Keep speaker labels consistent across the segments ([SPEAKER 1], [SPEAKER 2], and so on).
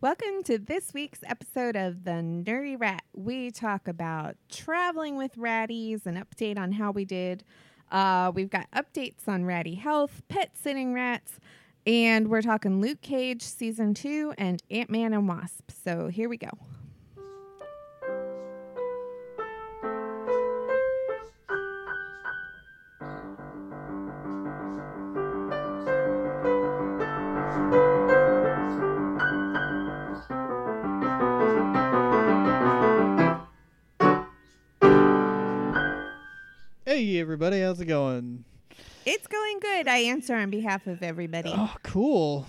[SPEAKER 1] Welcome to this week's episode of The Nerdy Rat. We talk about traveling with ratties, an update on how we did. Uh, we've got updates on ratty health, pet sitting rats, and we're talking Luke Cage season two and Ant Man and Wasp. So here we go.
[SPEAKER 2] Hey everybody, how's it going?
[SPEAKER 1] It's going good. I answer on behalf of everybody.
[SPEAKER 2] Oh, cool.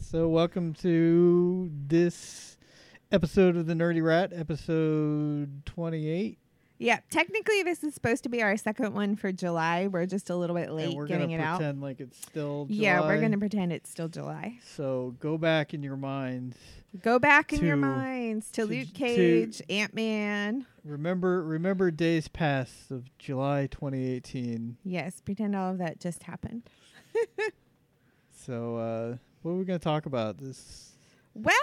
[SPEAKER 2] so welcome to this episode of the Nerdy Rat, episode 28.
[SPEAKER 1] Yeah, technically, this is supposed to be our second one for July. We're just a little bit
[SPEAKER 2] and
[SPEAKER 1] late
[SPEAKER 2] we're
[SPEAKER 1] getting
[SPEAKER 2] gonna
[SPEAKER 1] it out.
[SPEAKER 2] pretend like it's still
[SPEAKER 1] Yeah, we're
[SPEAKER 2] July.
[SPEAKER 1] going to pretend it's still July.
[SPEAKER 2] So go back in your mind.
[SPEAKER 1] Go back in your
[SPEAKER 2] To-
[SPEAKER 1] minds to,
[SPEAKER 2] to-
[SPEAKER 1] Luke
[SPEAKER 2] to-
[SPEAKER 1] Cage, Ant Man.
[SPEAKER 2] Remember remember days past of July 2018.
[SPEAKER 1] Yes, pretend all of that just happened.
[SPEAKER 2] So uh what are we going to talk about this
[SPEAKER 1] Well,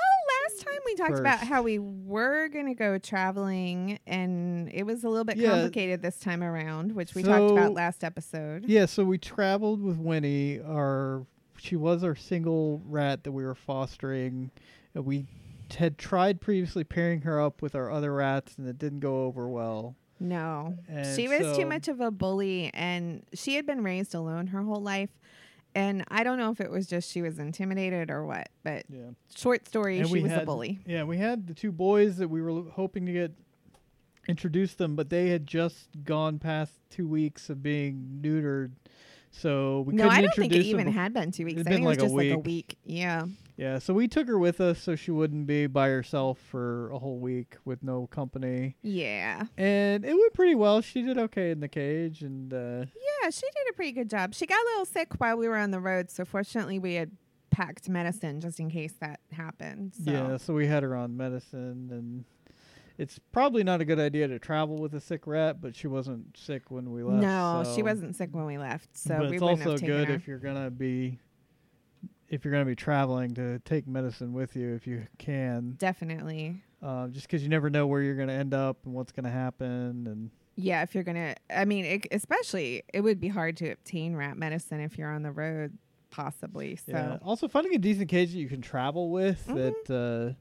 [SPEAKER 1] last time we talked about how
[SPEAKER 2] First.
[SPEAKER 1] we were going to go traveling, and it was a little bit
[SPEAKER 2] Yeah.
[SPEAKER 1] complicated this time around, which we talked
[SPEAKER 2] So-
[SPEAKER 1] about last episode.
[SPEAKER 2] Yeah, so we traveled with Winnie. Our she was our single rat that we were fostering. And we had tried previously pairing her up with our other rats, and it didn't go over well.
[SPEAKER 1] No.
[SPEAKER 2] And
[SPEAKER 1] she was too
[SPEAKER 2] so-
[SPEAKER 1] much of a bully, and she had been raised alone her whole life. And I don't know if it was just she was intimidated or what, but
[SPEAKER 2] Yeah,
[SPEAKER 1] short story,
[SPEAKER 2] And
[SPEAKER 1] she
[SPEAKER 2] we
[SPEAKER 1] was a
[SPEAKER 2] had-
[SPEAKER 1] bully.
[SPEAKER 2] yeah. We had the two boys that we were l- hoping to get introduced them, but they had just gone past two weeks of being neutered, so we
[SPEAKER 1] No,
[SPEAKER 2] couldn't
[SPEAKER 1] I don't think it
[SPEAKER 2] introduce them
[SPEAKER 1] even
[SPEAKER 2] bef-
[SPEAKER 1] had been two weeks. I
[SPEAKER 2] It'd
[SPEAKER 1] think
[SPEAKER 2] been
[SPEAKER 1] it was
[SPEAKER 2] like a
[SPEAKER 1] just like a
[SPEAKER 2] week.
[SPEAKER 1] week. Yeah.
[SPEAKER 2] Yeah, so we took her with us so she wouldn't be by herself for a whole week with no company.
[SPEAKER 1] Yeah.
[SPEAKER 2] and it went pretty well. She did okay in the cage, and uh,
[SPEAKER 1] Yeah, she did a pretty good job. She got a little sick while we were on the road, so fortunately we had packed medicine just in case that happened. So.
[SPEAKER 2] yeah, so we had her on medicine, and it's probably not a good idea to travel with a sick rat, but she wasn't sick when we left.
[SPEAKER 1] no,
[SPEAKER 2] so-
[SPEAKER 1] she wasn't sick when we left, so
[SPEAKER 2] but
[SPEAKER 1] we
[SPEAKER 2] it's
[SPEAKER 1] wouldn't
[SPEAKER 2] also
[SPEAKER 1] have taken
[SPEAKER 2] good
[SPEAKER 1] her.
[SPEAKER 2] if you're gonna be if you're gonna be traveling to take medicine with you if you can,
[SPEAKER 1] Definitely.
[SPEAKER 2] uh, just because you never know where you're gonna end up and what's gonna happen, and
[SPEAKER 1] Yeah, if you're gonna, I mean, it, especially it would be hard to obtain rat medicine if you're on the road, possibly. So
[SPEAKER 2] Yeah. Also, finding a decent cage that you can travel with
[SPEAKER 1] Mhm.
[SPEAKER 2] that uh,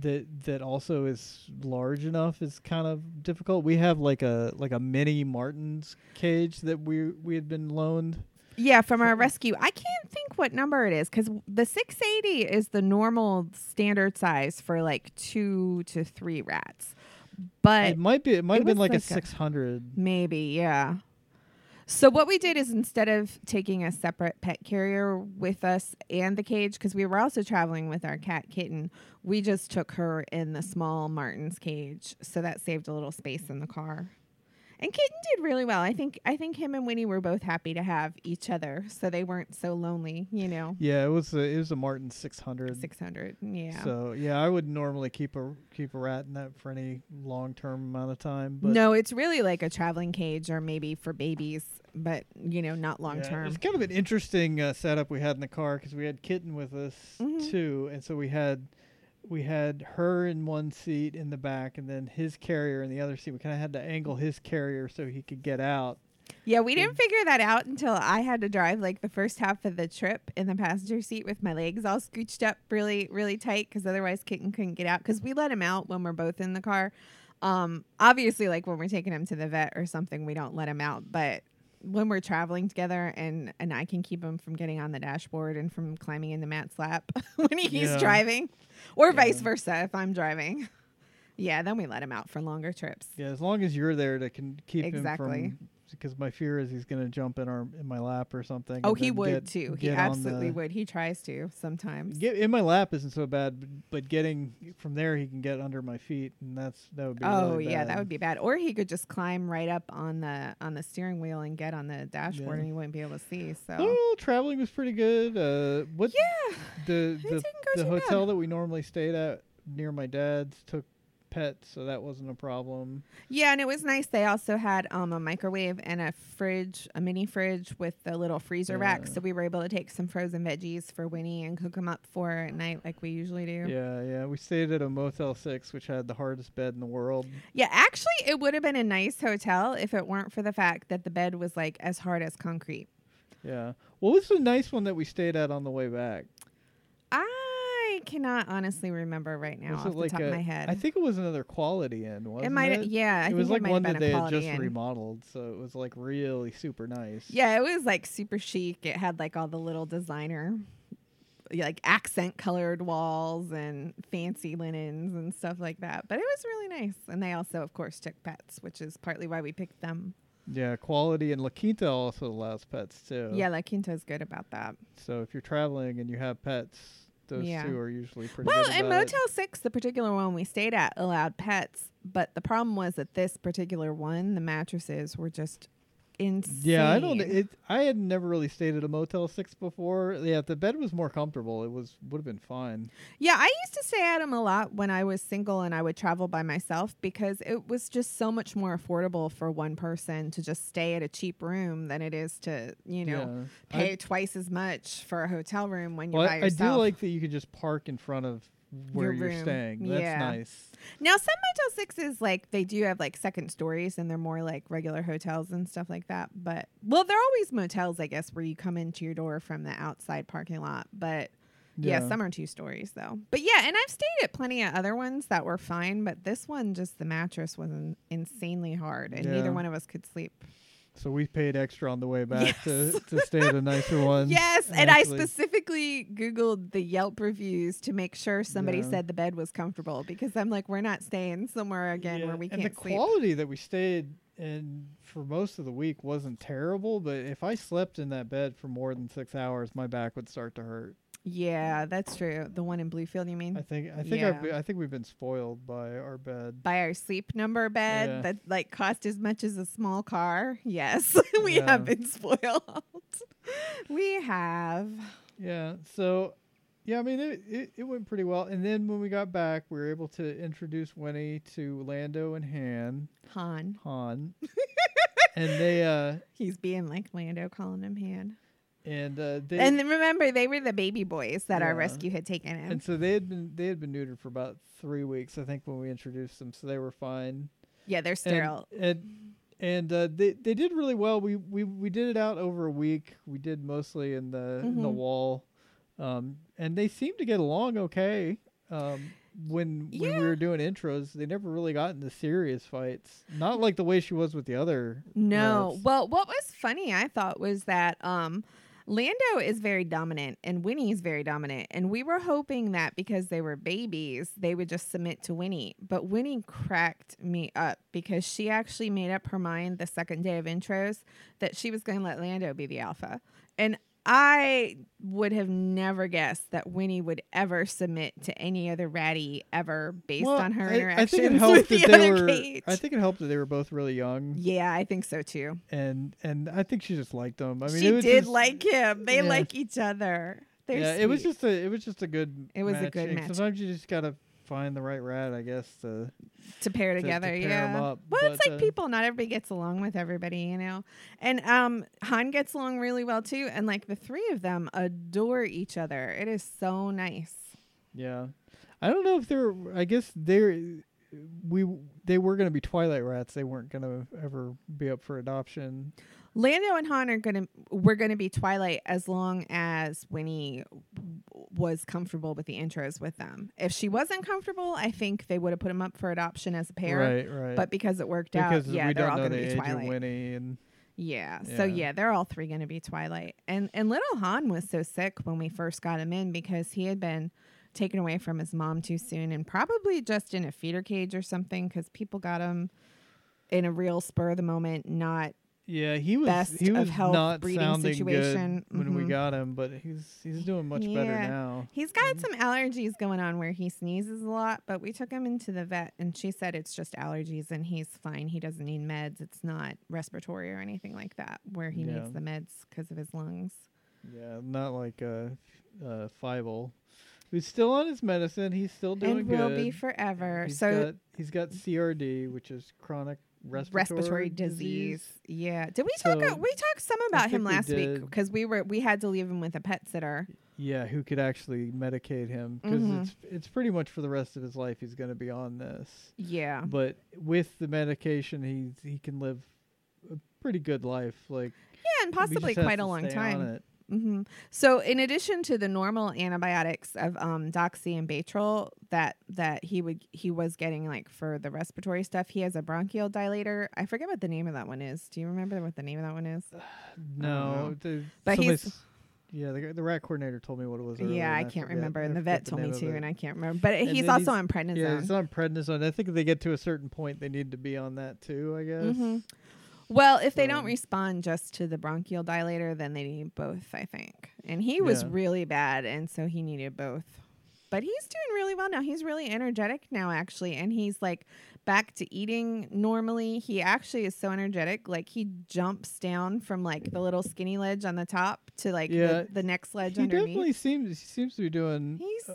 [SPEAKER 2] that that also is large enough is kind of difficult. We have like a like a mini Martin's cage that we we had been loaned.
[SPEAKER 1] Yeah, from our
[SPEAKER 2] Sure.
[SPEAKER 1] rescue. I can't think what number it is because the 680 is the normal standard size for like two to three rats. But
[SPEAKER 2] it might be it might have been
[SPEAKER 1] was
[SPEAKER 2] like, a
[SPEAKER 1] like a-
[SPEAKER 2] six hundred.
[SPEAKER 1] maybe, yeah. So, what we did is instead of taking a separate pet carrier with us and the cage, because we were also traveling with our cat kitten, we just took her in the small Martin's cage. So that saved a little space in the car. And kitten did really well. I think I think him and Winnie were both happy to have each other, so they weren't so lonely. You know,
[SPEAKER 2] Yeah, it was a, it was a Martin six hundred.
[SPEAKER 1] six hundred. Yeah.
[SPEAKER 2] So yeah, I would normally keep a keep a rat in that for any long term amount of time. But
[SPEAKER 1] no, it's really like a traveling cage, or maybe for babies, but you know, not long
[SPEAKER 2] Yeah,
[SPEAKER 1] term.
[SPEAKER 2] It's kind of an interesting uh, setup we had in the car because we had Kitten with us
[SPEAKER 1] Mhm.
[SPEAKER 2] too, and so we had we had her in one seat in the back, and then his carrier in the other seat. We kind of had to angle his carrier so he could get out.
[SPEAKER 1] Yeah, we didn't figure that out until I had to drive like the first half of the trip in the passenger seat with my legs all scooched up really, really tight because otherwise Kitten couldn't get out because we let him out when we're both in the car. Um, obviously, like when we're taking him to the vet or something, we don't let him out, but when we're traveling together and and I can keep him from getting on the dashboard and from climbing into Matt's lap when he's
[SPEAKER 2] Yeah.
[SPEAKER 1] driving or
[SPEAKER 2] Yeah.
[SPEAKER 1] vice versa if I'm driving. Yeah, then we let him out for longer trips.
[SPEAKER 2] Yeah, as long as you're there to can keep
[SPEAKER 1] Exactly.
[SPEAKER 2] him from. Because my fear is he's going to jump in our in my lap or something.
[SPEAKER 1] Oh,
[SPEAKER 2] and
[SPEAKER 1] he
[SPEAKER 2] then
[SPEAKER 1] would
[SPEAKER 2] get-
[SPEAKER 1] too. He
[SPEAKER 2] get on
[SPEAKER 1] absolutely
[SPEAKER 2] the-
[SPEAKER 1] would. He tries to sometimes.
[SPEAKER 2] Get in my lap isn't so bad, but, but getting from there he can get under my feet, and that's that would be.
[SPEAKER 1] oh
[SPEAKER 2] really
[SPEAKER 1] yeah,
[SPEAKER 2] bad.
[SPEAKER 1] that would be bad. Or he could just climb right up on the on the steering wheel and get on the dashboard,
[SPEAKER 2] Yeah.
[SPEAKER 1] and he wouldn't be able to see. So
[SPEAKER 2] Oh, traveling was pretty good. Uh, what?
[SPEAKER 1] yeah,
[SPEAKER 2] the
[SPEAKER 1] it
[SPEAKER 2] the
[SPEAKER 1] didn't go
[SPEAKER 2] the
[SPEAKER 1] too bad.
[SPEAKER 2] hotel that we normally stayed at near my dad's took pets, so that wasn't a problem.
[SPEAKER 1] Yeah, and it was nice. They also had um, a microwave and a fridge, a mini fridge with the little freezer rack,
[SPEAKER 2] Yeah.
[SPEAKER 1] so we were able to take some frozen veggies for Winnie and cook them up for her at night like we usually do. Yeah,
[SPEAKER 2] Yeah, yeah. We stayed at a Motel 6, which had the hardest bed in the world.
[SPEAKER 1] actually, it would have been a nice hotel if it weren't for the fact that the bed was like as hard as concrete.
[SPEAKER 2] Yeah. What was the nice one that we stayed at on the way back?
[SPEAKER 1] I cannot honestly remember right now
[SPEAKER 2] was
[SPEAKER 1] Oh, off the top of my head.
[SPEAKER 2] I think it was another Quality Inn, wasn't
[SPEAKER 1] it might, yeah, I
[SPEAKER 2] it
[SPEAKER 1] think
[SPEAKER 2] was
[SPEAKER 1] it
[SPEAKER 2] like
[SPEAKER 1] might
[SPEAKER 2] one
[SPEAKER 1] have
[SPEAKER 2] that
[SPEAKER 1] been a
[SPEAKER 2] they had
[SPEAKER 1] Quality
[SPEAKER 2] just
[SPEAKER 1] Inn.
[SPEAKER 2] remodeled, so it was like really super nice.
[SPEAKER 1] Yeah, it was like super chic. It had like all the little designer, yeah, like accent colored walls and fancy linens and stuff like that. But it was really nice. And they also, of course, took pets, which is partly why we picked them.
[SPEAKER 2] Yeah, Quality and La Quinta also allows pets too.
[SPEAKER 1] Yeah, La Quinta's good about that.
[SPEAKER 2] So if you're traveling and you have pets, those
[SPEAKER 1] Yeah.
[SPEAKER 2] two are usually pretty
[SPEAKER 1] Well,
[SPEAKER 2] good
[SPEAKER 1] in
[SPEAKER 2] about it.
[SPEAKER 1] Motel 6, the particular one we stayed at allowed pets. But the problem was that this particular one, the mattresses were just insane.
[SPEAKER 2] Yeah, I don't. e, It. I had never really stayed at a Motel Six before. Yeah, if the bed was more comfortable. It was would have been fine.
[SPEAKER 1] Yeah, I used to stay at them a lot when I was single and I would travel by myself because it was just so much more affordable for one person to just stay at a cheap room than it is to, you know,
[SPEAKER 2] Yeah.
[SPEAKER 1] pay twice as much for a hotel room when
[SPEAKER 2] I,
[SPEAKER 1] you're
[SPEAKER 2] well,
[SPEAKER 1] by
[SPEAKER 2] I
[SPEAKER 1] yourself.
[SPEAKER 2] do like that you could just park in front of where
[SPEAKER 1] Your
[SPEAKER 2] you're
[SPEAKER 1] room.
[SPEAKER 2] staying. That's
[SPEAKER 1] Yeah.
[SPEAKER 2] nice.
[SPEAKER 1] now, some Motel Sixes like they do have like second stories and they're more like regular hotels and stuff like that. But well, they're always motels, I guess, where you come into your door from the outside parking lot. But Yeah. some are two stories though. But yeah, and I've stayed at plenty of other ones that were fine, but this one just the mattress was in- insanely hard, and
[SPEAKER 2] Yeah.
[SPEAKER 1] neither one of us could sleep.
[SPEAKER 2] So we paid extra on the way back to, to stay at a nicer one.
[SPEAKER 1] Yes, and I
[SPEAKER 2] actually-
[SPEAKER 1] specifically googled the Yelp reviews to make sure somebody
[SPEAKER 2] Yeah.
[SPEAKER 1] said the bed was comfortable because I'm like, we're not staying somewhere again
[SPEAKER 2] Yeah,
[SPEAKER 1] where we
[SPEAKER 2] and
[SPEAKER 1] can't
[SPEAKER 2] the
[SPEAKER 1] sleep.
[SPEAKER 2] quality that we stayed in for most of the week wasn't terrible, but if I slept in that bed for more than six hours, my back would start to hurt.
[SPEAKER 1] yeah, that's true. The one in Bluefield, you mean?
[SPEAKER 2] I think I think I've,
[SPEAKER 1] Yeah.
[SPEAKER 2] I think we've been spoiled by our bed.
[SPEAKER 1] Buy our sleep number bed
[SPEAKER 2] Yeah.
[SPEAKER 1] that like cost as much as a small car. Yes, we
[SPEAKER 2] Yeah.
[SPEAKER 1] have been spoiled. we have.
[SPEAKER 2] Yeah. So, yeah, I mean, it, it, it went pretty well. And then when we got back, we were able to introduce Winnie to Lando and Han.
[SPEAKER 1] Han.
[SPEAKER 2] Han. and they, uh,
[SPEAKER 1] He's being like Lando, calling him Han.
[SPEAKER 2] and, uh, they,
[SPEAKER 1] and then remember, they were the baby boys that our
[SPEAKER 2] Yeah.
[SPEAKER 1] rescue had taken in.
[SPEAKER 2] and so they had been, they had been neutered for about three weeks, I think, when we introduced them. So they were fine.
[SPEAKER 1] yeah, they're
[SPEAKER 2] And-
[SPEAKER 1] sterile.
[SPEAKER 2] And, and, uh, they, they did really well. We, we, we did it out over a week. We did mostly in the, in the
[SPEAKER 1] Mhm.
[SPEAKER 2] wall. Um, and they seemed to get along okay. Um, when, when we
[SPEAKER 1] Yeah.
[SPEAKER 2] were doing intros, they never really got into serious fights. Not like the way she was with the other.
[SPEAKER 1] no.
[SPEAKER 2] rats.
[SPEAKER 1] Well, what was funny, I thought, was that um, Lando is very dominant and Winnie's very dominant. And we were hoping that because they were babies, they would just submit to Winnie. But Winnie cracked me up because she actually made up her mind the second day of intros that she was going to let Lando be the alpha. And I would have never guessed that Winnie would ever submit to any other ratty ever based
[SPEAKER 2] Well,
[SPEAKER 1] on her
[SPEAKER 2] I-
[SPEAKER 1] interactions
[SPEAKER 2] I think it helped
[SPEAKER 1] with the
[SPEAKER 2] that they
[SPEAKER 1] other
[SPEAKER 2] were.
[SPEAKER 1] cage.
[SPEAKER 2] I think it helped that they were both really young,
[SPEAKER 1] yeah, I think so too.
[SPEAKER 2] and and I think she just liked them. I mean, it
[SPEAKER 1] she
[SPEAKER 2] was
[SPEAKER 1] did
[SPEAKER 2] just-
[SPEAKER 1] like him. They
[SPEAKER 2] yeah.
[SPEAKER 1] like each other. They're
[SPEAKER 2] yeah, it was
[SPEAKER 1] sweet.
[SPEAKER 2] just a it was just a good.
[SPEAKER 1] It was a good
[SPEAKER 2] and
[SPEAKER 1] match.
[SPEAKER 2] Sometimes you just gotta find the right rat, I guess. To,
[SPEAKER 1] to pair
[SPEAKER 2] to- to
[SPEAKER 1] together.
[SPEAKER 2] pair 'em
[SPEAKER 1] yeah.
[SPEAKER 2] up,
[SPEAKER 1] well, it's
[SPEAKER 2] but,
[SPEAKER 1] like
[SPEAKER 2] uh,
[SPEAKER 1] people. Not everybody gets along with everybody, you know. And um, Han gets along really well too. And like the three of them adore each other. It is so nice.
[SPEAKER 2] yeah, I don't know if they're. I guess they're. We they were gonna be Twilight rats. They weren't gonna ever be up for adoption.
[SPEAKER 1] Lando and Han are gonna we're gonna be Twilight as long as Winnie w- was comfortable with the intros with them. If she wasn't comfortable, I think they would have put them up for adoption as a pair.
[SPEAKER 2] Right, right.
[SPEAKER 1] But because it worked
[SPEAKER 2] because
[SPEAKER 1] out, yeah,
[SPEAKER 2] we
[SPEAKER 1] they're
[SPEAKER 2] don't
[SPEAKER 1] all
[SPEAKER 2] know
[SPEAKER 1] gonna
[SPEAKER 2] the
[SPEAKER 1] be
[SPEAKER 2] age of
[SPEAKER 1] Twilight.
[SPEAKER 2] Winnie and
[SPEAKER 1] Yeah. So
[SPEAKER 2] Yeah.
[SPEAKER 1] yeah, they're all three going to be Twilight. And and little Han was so sick when we first got him in because he had been taken away from his mom too soon and probably just in a feeder cage or something cuz people got him in a real spur of the moment, not
[SPEAKER 2] Yeah, he was
[SPEAKER 1] best
[SPEAKER 2] he
[SPEAKER 1] of
[SPEAKER 2] was
[SPEAKER 1] health
[SPEAKER 2] not
[SPEAKER 1] breeding
[SPEAKER 2] sounding
[SPEAKER 1] situation.
[SPEAKER 2] good when we
[SPEAKER 1] Mhm.
[SPEAKER 2] got him, but he's he's doing much better
[SPEAKER 1] Yeah.
[SPEAKER 2] now.
[SPEAKER 1] He's
[SPEAKER 2] Mm-hmm.
[SPEAKER 1] got some allergies going on where he sneezes a lot, but we took him into the vet and she said it's just allergies and he's fine. He doesn't need meds. It's not respiratory or anything like that where he
[SPEAKER 2] Yeah.
[SPEAKER 1] needs the meds because of his lungs.
[SPEAKER 2] Yeah, not like uh, f- uh Fievel. who's still on his medicine. He's still doing
[SPEAKER 1] and
[SPEAKER 2] good.
[SPEAKER 1] will be forever.
[SPEAKER 2] He's
[SPEAKER 1] so
[SPEAKER 2] got, he's got CRD, which is chronic respiratory,
[SPEAKER 1] respiratory disease. Yeah. Did we talk?
[SPEAKER 2] So,
[SPEAKER 1] a- we talked some about him
[SPEAKER 2] think we
[SPEAKER 1] last week
[SPEAKER 2] did.
[SPEAKER 1] because we were we had to leave him with a pet sitter.
[SPEAKER 2] Yeah, who could actually medicate him because
[SPEAKER 1] Mhm.
[SPEAKER 2] it's it's pretty much for the rest of his life he's going to be on this.
[SPEAKER 1] Yeah.
[SPEAKER 2] But with the medication, he's he can live a pretty good life. Like
[SPEAKER 1] Yeah, and
[SPEAKER 2] we just
[SPEAKER 1] possibly
[SPEAKER 2] have
[SPEAKER 1] quite
[SPEAKER 2] to
[SPEAKER 1] a long
[SPEAKER 2] stay on
[SPEAKER 1] time.
[SPEAKER 2] it.
[SPEAKER 1] hmm So, in addition to the normal antibiotics of um, doxy and Baytril that that he would he was getting like for the respiratory stuff, he has a bronchial dilator. I forget what the name of that one is. Do you remember what the name of that one is?
[SPEAKER 2] No,
[SPEAKER 1] know.
[SPEAKER 2] the,
[SPEAKER 1] But
[SPEAKER 2] somebody's-
[SPEAKER 1] he's-
[SPEAKER 2] yeah. The, the rat coordinator told me what it was. earlier,
[SPEAKER 1] yeah, I
[SPEAKER 2] and
[SPEAKER 1] can't
[SPEAKER 2] forget-
[SPEAKER 1] remember,
[SPEAKER 2] I
[SPEAKER 1] and the
[SPEAKER 2] forget
[SPEAKER 1] vet told me
[SPEAKER 2] name of
[SPEAKER 1] to,
[SPEAKER 2] it.
[SPEAKER 1] and I can't remember. But
[SPEAKER 2] And
[SPEAKER 1] he's
[SPEAKER 2] then
[SPEAKER 1] also
[SPEAKER 2] he's-
[SPEAKER 1] on prednisone.
[SPEAKER 2] Yeah, it's on prednisone. I think if they get to a certain point, they need to be on that too. I guess.
[SPEAKER 1] Mhm. Well, if they
[SPEAKER 2] Mm-hmm. So-
[SPEAKER 1] don't respond just to the bronchial dilator, then they need both, I think. And he was
[SPEAKER 2] Yeah.
[SPEAKER 1] really bad, and so he needed both. But he's doing really well now. He's really energetic now, actually, and he's like back to eating normally. He actually is so energetic, like he jumps down from like the little skinny ledge on the top to like
[SPEAKER 2] Yeah.
[SPEAKER 1] the, the next ledge
[SPEAKER 2] He
[SPEAKER 1] underneath.
[SPEAKER 2] definitely uh, seems he seems to be doing
[SPEAKER 1] He's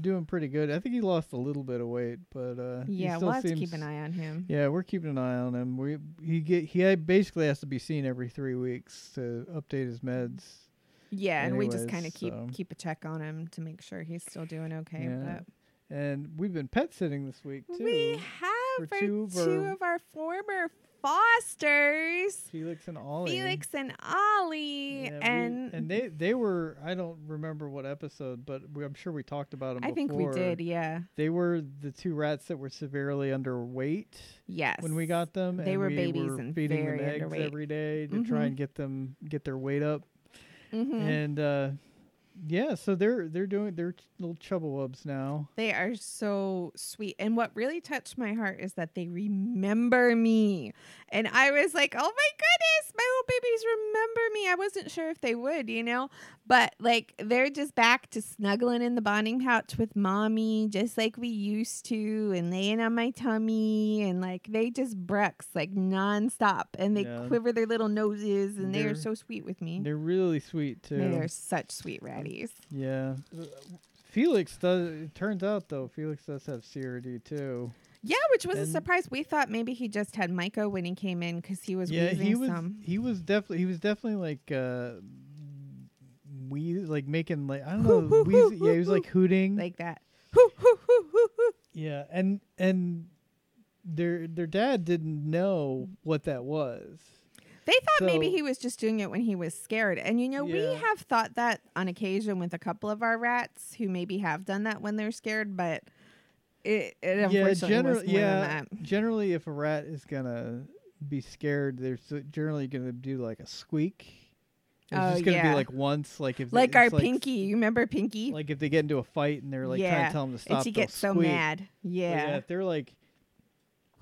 [SPEAKER 2] doing pretty good. I think he lost a little bit of weight, but uh, he
[SPEAKER 1] yeah.
[SPEAKER 2] still
[SPEAKER 1] We'll have to
[SPEAKER 2] seems,
[SPEAKER 1] keep an eye on him.
[SPEAKER 2] Yeah, we're keeping an eye on him. We he get he ha- basically has to be seen every three weeks to update his meds.
[SPEAKER 1] Yeah, and we just kind
[SPEAKER 2] Anyways,
[SPEAKER 1] of keep
[SPEAKER 2] so-
[SPEAKER 1] keep a check on him to make sure he's still doing okay.
[SPEAKER 2] Yeah.
[SPEAKER 1] But
[SPEAKER 2] And we've been pet sitting this week too.
[SPEAKER 1] We have
[SPEAKER 2] for
[SPEAKER 1] our
[SPEAKER 2] two
[SPEAKER 1] two,
[SPEAKER 2] of our-
[SPEAKER 1] of our former fosters,
[SPEAKER 2] Felix and Ollie.
[SPEAKER 1] Felix and Ollie,
[SPEAKER 2] Yeah, we-
[SPEAKER 1] and,
[SPEAKER 2] and they they were I don't remember what episode, but we, I'm sure we talked about
[SPEAKER 1] I
[SPEAKER 2] them.
[SPEAKER 1] think we did. Yeah.
[SPEAKER 2] They were the two rats that were severely underweight
[SPEAKER 1] Yes.
[SPEAKER 2] when we got them.
[SPEAKER 1] They
[SPEAKER 2] and
[SPEAKER 1] were
[SPEAKER 2] we
[SPEAKER 1] babies
[SPEAKER 2] were
[SPEAKER 1] and
[SPEAKER 2] feeding them
[SPEAKER 1] very
[SPEAKER 2] eggs
[SPEAKER 1] underweight.
[SPEAKER 2] every day to
[SPEAKER 1] Mhm.
[SPEAKER 2] try and get them get their weight up.
[SPEAKER 1] Mhm.
[SPEAKER 2] And uh, yeah, so they're they're doing they're ch- little chubblewubs now.
[SPEAKER 1] They are so sweet. And what really touched my heart is that they remember me. And I was like, oh my goodness, my little babies remember me. I wasn't sure if they would, you know? But like, they're just back to snuggling in the bonding pouch with mommy, just like we used to, and laying on my tummy. And like, they just brux like nonstop. And they
[SPEAKER 2] Yeah.
[SPEAKER 1] quiver their little noses. And they
[SPEAKER 2] They're-
[SPEAKER 1] are so sweet with me.
[SPEAKER 2] They're really sweet too.
[SPEAKER 1] They are such sweet ratties.
[SPEAKER 2] Yeah. Felix does. It turns out though, Felix does have CRD too.
[SPEAKER 1] Yeah, which was
[SPEAKER 2] And-
[SPEAKER 1] a surprise. We thought maybe he just had Micah when he came in because he was
[SPEAKER 2] yeah,
[SPEAKER 1] wheezing
[SPEAKER 2] he was.
[SPEAKER 1] some.
[SPEAKER 2] He was definitely. He was definitely like. uh we like making like I don't
[SPEAKER 1] Hoo,
[SPEAKER 2] know.
[SPEAKER 1] hoo, hoo,
[SPEAKER 2] wheeze- yeah, he was
[SPEAKER 1] hoo,
[SPEAKER 2] like hooting.
[SPEAKER 1] Like that. Hoo, hoo, hoo, hoo, hoo.
[SPEAKER 2] yeah, and and their their dad didn't know what that was.
[SPEAKER 1] They thought maybe
[SPEAKER 2] So-
[SPEAKER 1] he was just doing it when he was scared. And you know,
[SPEAKER 2] Yeah.
[SPEAKER 1] we have thought that on occasion with a couple of our rats who maybe have done that when they're scared, but it, it
[SPEAKER 2] yeah,
[SPEAKER 1] unfortunately was
[SPEAKER 2] generally.
[SPEAKER 1] more
[SPEAKER 2] Yeah,
[SPEAKER 1] than that.
[SPEAKER 2] generally, if a rat is gonna be scared, they're so- generally gonna do like a squeak. It's
[SPEAKER 1] Oh,
[SPEAKER 2] just gonna
[SPEAKER 1] yeah.
[SPEAKER 2] be like once, like if
[SPEAKER 1] Like
[SPEAKER 2] it's
[SPEAKER 1] our
[SPEAKER 2] like
[SPEAKER 1] Pinky. You remember Pinky?
[SPEAKER 2] like if they get into a fight and they're like trying
[SPEAKER 1] Yeah,
[SPEAKER 2] to tell them to stop,
[SPEAKER 1] and she
[SPEAKER 2] they'll
[SPEAKER 1] gets so
[SPEAKER 2] squeak.
[SPEAKER 1] mad.
[SPEAKER 2] But
[SPEAKER 1] Yeah.
[SPEAKER 2] if they're like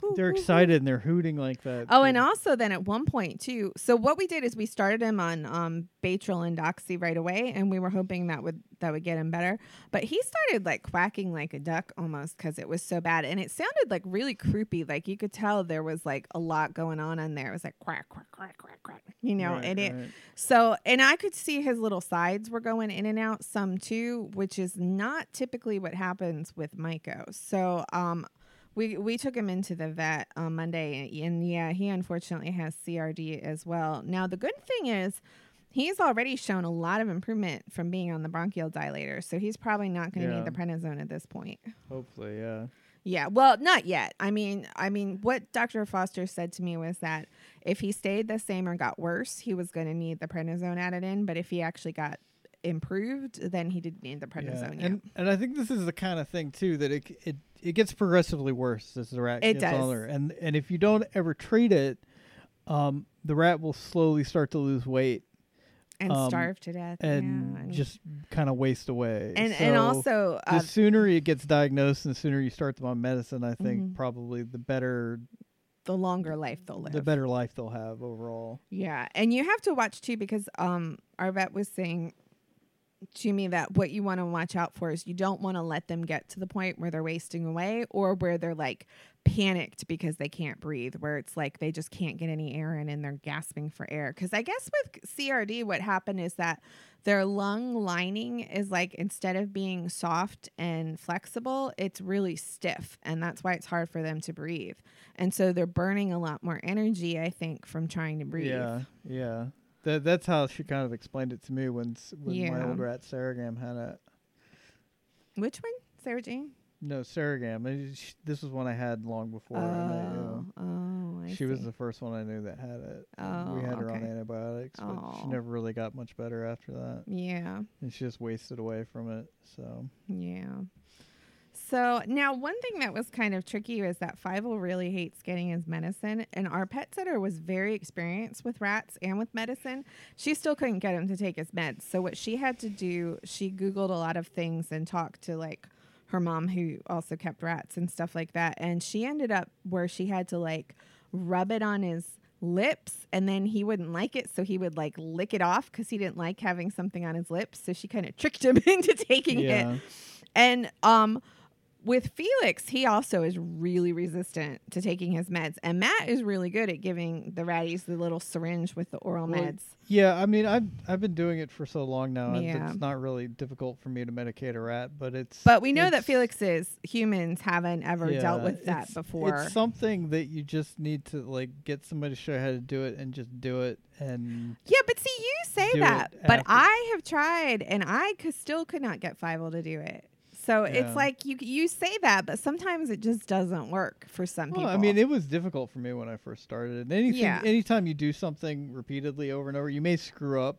[SPEAKER 1] Hoo,
[SPEAKER 2] they're
[SPEAKER 1] hoo, hoo.
[SPEAKER 2] excited and they're hooting like that.
[SPEAKER 1] Oh, and
[SPEAKER 2] then-
[SPEAKER 1] also then at one point too. So what we did is we started him on um, Baytril and Doxy right away, and we were hoping that would that would get him better. But he started like quacking like a duck almost because it was so bad, and it sounded like really croupy. Like you could tell there was like a lot going on in there. It was like quack quack quack quack quack. You know,
[SPEAKER 2] Right,
[SPEAKER 1] and it
[SPEAKER 2] right.
[SPEAKER 1] so, and I could see his little sides were going in and out some too, which is not typically what happens with Myco. So, um, we we took him into the vet on Monday, and, and yeah, he unfortunately has CRD as well. Now, the good thing is. He's already shown a lot of improvement from being on the bronchial dilator, so he's probably not going to
[SPEAKER 2] Yeah.
[SPEAKER 1] need the prednisone at this point.
[SPEAKER 2] hopefully, yeah.
[SPEAKER 1] Yeah, well, not yet. I mean, I mean, what Dr. Foster said to me was that if he stayed the same or got worse, he was going to need the prednisone added in. But if he actually got improved, then he didn't need the
[SPEAKER 2] yeah.
[SPEAKER 1] prednisone. yet.
[SPEAKER 2] And and I think this is the kind of thing too that it c- it, it gets progressively worse as the rat
[SPEAKER 1] It
[SPEAKER 2] gets
[SPEAKER 1] does.
[SPEAKER 2] older, and and if you don't ever treat it, um, the rat will slowly start to lose weight
[SPEAKER 1] and
[SPEAKER 2] um,
[SPEAKER 1] starved to death.
[SPEAKER 2] and
[SPEAKER 1] yeah,
[SPEAKER 2] just kind of waste away.
[SPEAKER 1] and, and
[SPEAKER 2] So
[SPEAKER 1] also
[SPEAKER 2] The
[SPEAKER 1] uh,
[SPEAKER 2] sooner it gets diagnosed and the sooner you start them on medicine, I think
[SPEAKER 1] Mhm.
[SPEAKER 2] probably the better
[SPEAKER 1] the longer life they'll live.
[SPEAKER 2] the better life they'll have overall.
[SPEAKER 1] Yeah, and you have to watch too because um our vet was saying Jimmy, that what you want to watch out for is you don't want to let them get to the point where they're wasting away or where they're like panicked because they can't breathe, where it's like they just can't get any air in and they're gasping for air. Because I guess with CRD, what happened is that their lung lining is like instead of being soft and flexible, it's really stiff. And that's why it's hard for them to breathe. And so they're burning a lot more energy, I think, from trying to breathe.
[SPEAKER 2] Yeah, yeah. That that's how she kind of explained it to me when s- when my
[SPEAKER 1] Yeah.
[SPEAKER 2] old rat Saragam had a
[SPEAKER 1] Which one? Sarah Jane?
[SPEAKER 2] no Saragam. I- sh- This was one I had long before. and I, uh,
[SPEAKER 1] Oh, oh, I
[SPEAKER 2] she was
[SPEAKER 1] see.
[SPEAKER 2] the first one I knew that had it.
[SPEAKER 1] Oh,
[SPEAKER 2] we had her on
[SPEAKER 1] okay.
[SPEAKER 2] antibiotics, but she
[SPEAKER 1] Oh.
[SPEAKER 2] never really got much better after that,
[SPEAKER 1] yeah,
[SPEAKER 2] and she just wasted away from it. So
[SPEAKER 1] yeah. So now, one thing that was kind of tricky was that Fievel really hates getting his medicine, and our pet sitter was very experienced with rats and with medicine. She still couldn't get him to take his meds. So what she had to do, she googled a lot of things and talked to like her mom who also kept rats and stuff like that. And she ended up where she had to like rub it on his lips and then he wouldn't like it so he would like lick it off because he didn't like having something on his lips so she kind of tricked him into taking
[SPEAKER 2] yeah,
[SPEAKER 1] it and um with felix he also is really resistant to taking his meds and matt is really good at giving the ratties the little syringe with the oral
[SPEAKER 2] Well,
[SPEAKER 1] meds
[SPEAKER 2] yeah. I mean, I've I've been doing it for so long now, and
[SPEAKER 1] Yeah.
[SPEAKER 2] it's not really difficult for me to medicate a rat, but it's
[SPEAKER 1] But we know that
[SPEAKER 2] it's-
[SPEAKER 1] Felix's humans haven't ever dealt
[SPEAKER 2] Yeah,
[SPEAKER 1] with that
[SPEAKER 2] it's-
[SPEAKER 1] before.
[SPEAKER 2] It's something that you just need to like get somebody to show you how to do it and just do it and
[SPEAKER 1] yeah, but see, you say
[SPEAKER 2] do
[SPEAKER 1] that,
[SPEAKER 2] it
[SPEAKER 1] but
[SPEAKER 2] after.
[SPEAKER 1] I have tried, and I could still could not get Fievel to do it. So
[SPEAKER 2] Yeah.
[SPEAKER 1] it's like you you say that, but sometimes it just doesn't work for some
[SPEAKER 2] Well,
[SPEAKER 1] people.
[SPEAKER 2] I mean, it was difficult for me when I first started. And anything,
[SPEAKER 1] Yeah.
[SPEAKER 2] anytime you do something repeatedly over and over, you may screw up,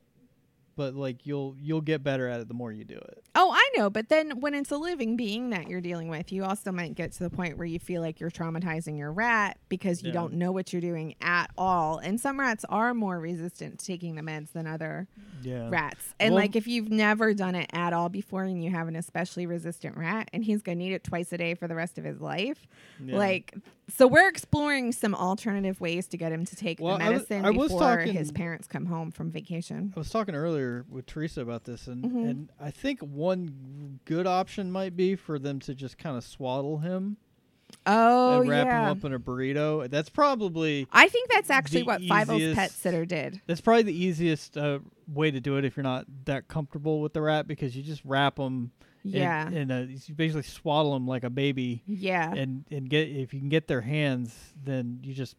[SPEAKER 2] but like you'll you'll get better at it the more you do it.
[SPEAKER 1] oh, I know, but then when it's a living being that you're dealing with, you also might get to the point where you feel like you're traumatizing your rat because you
[SPEAKER 2] Yeah.
[SPEAKER 1] don't know what you're doing at all. And some rats are more resistant to taking the meds than other
[SPEAKER 2] Yeah.
[SPEAKER 1] rats. And
[SPEAKER 2] Well-
[SPEAKER 1] like if you've never done it at all before and you have an especially resistant rat and he's going to need it twice a day for the rest of his life. Like so we're exploring some alternative ways to get him to take
[SPEAKER 2] Well,
[SPEAKER 1] the
[SPEAKER 2] I w-
[SPEAKER 1] medicine
[SPEAKER 2] I was
[SPEAKER 1] before
[SPEAKER 2] talking-
[SPEAKER 1] his parents come home from vacation.
[SPEAKER 2] I was talking earlier with Teresa about this, and
[SPEAKER 1] Mhm.
[SPEAKER 2] and I think one good option might be for them to just kind of swaddle him
[SPEAKER 1] Oh
[SPEAKER 2] and wrap
[SPEAKER 1] yeah.
[SPEAKER 2] him up in a burrito. That's probably
[SPEAKER 1] I think that's actually
[SPEAKER 2] The
[SPEAKER 1] what Fivel's pet
[SPEAKER 2] easiest-
[SPEAKER 1] sitter did.
[SPEAKER 2] That's probably the easiest uh, way to do it if you're not that comfortable with the rat because you just wrap them.
[SPEAKER 1] Yeah.
[SPEAKER 2] And, you basically swaddle them like a baby,
[SPEAKER 1] yeah.
[SPEAKER 2] and and get if you can get their hands, then you just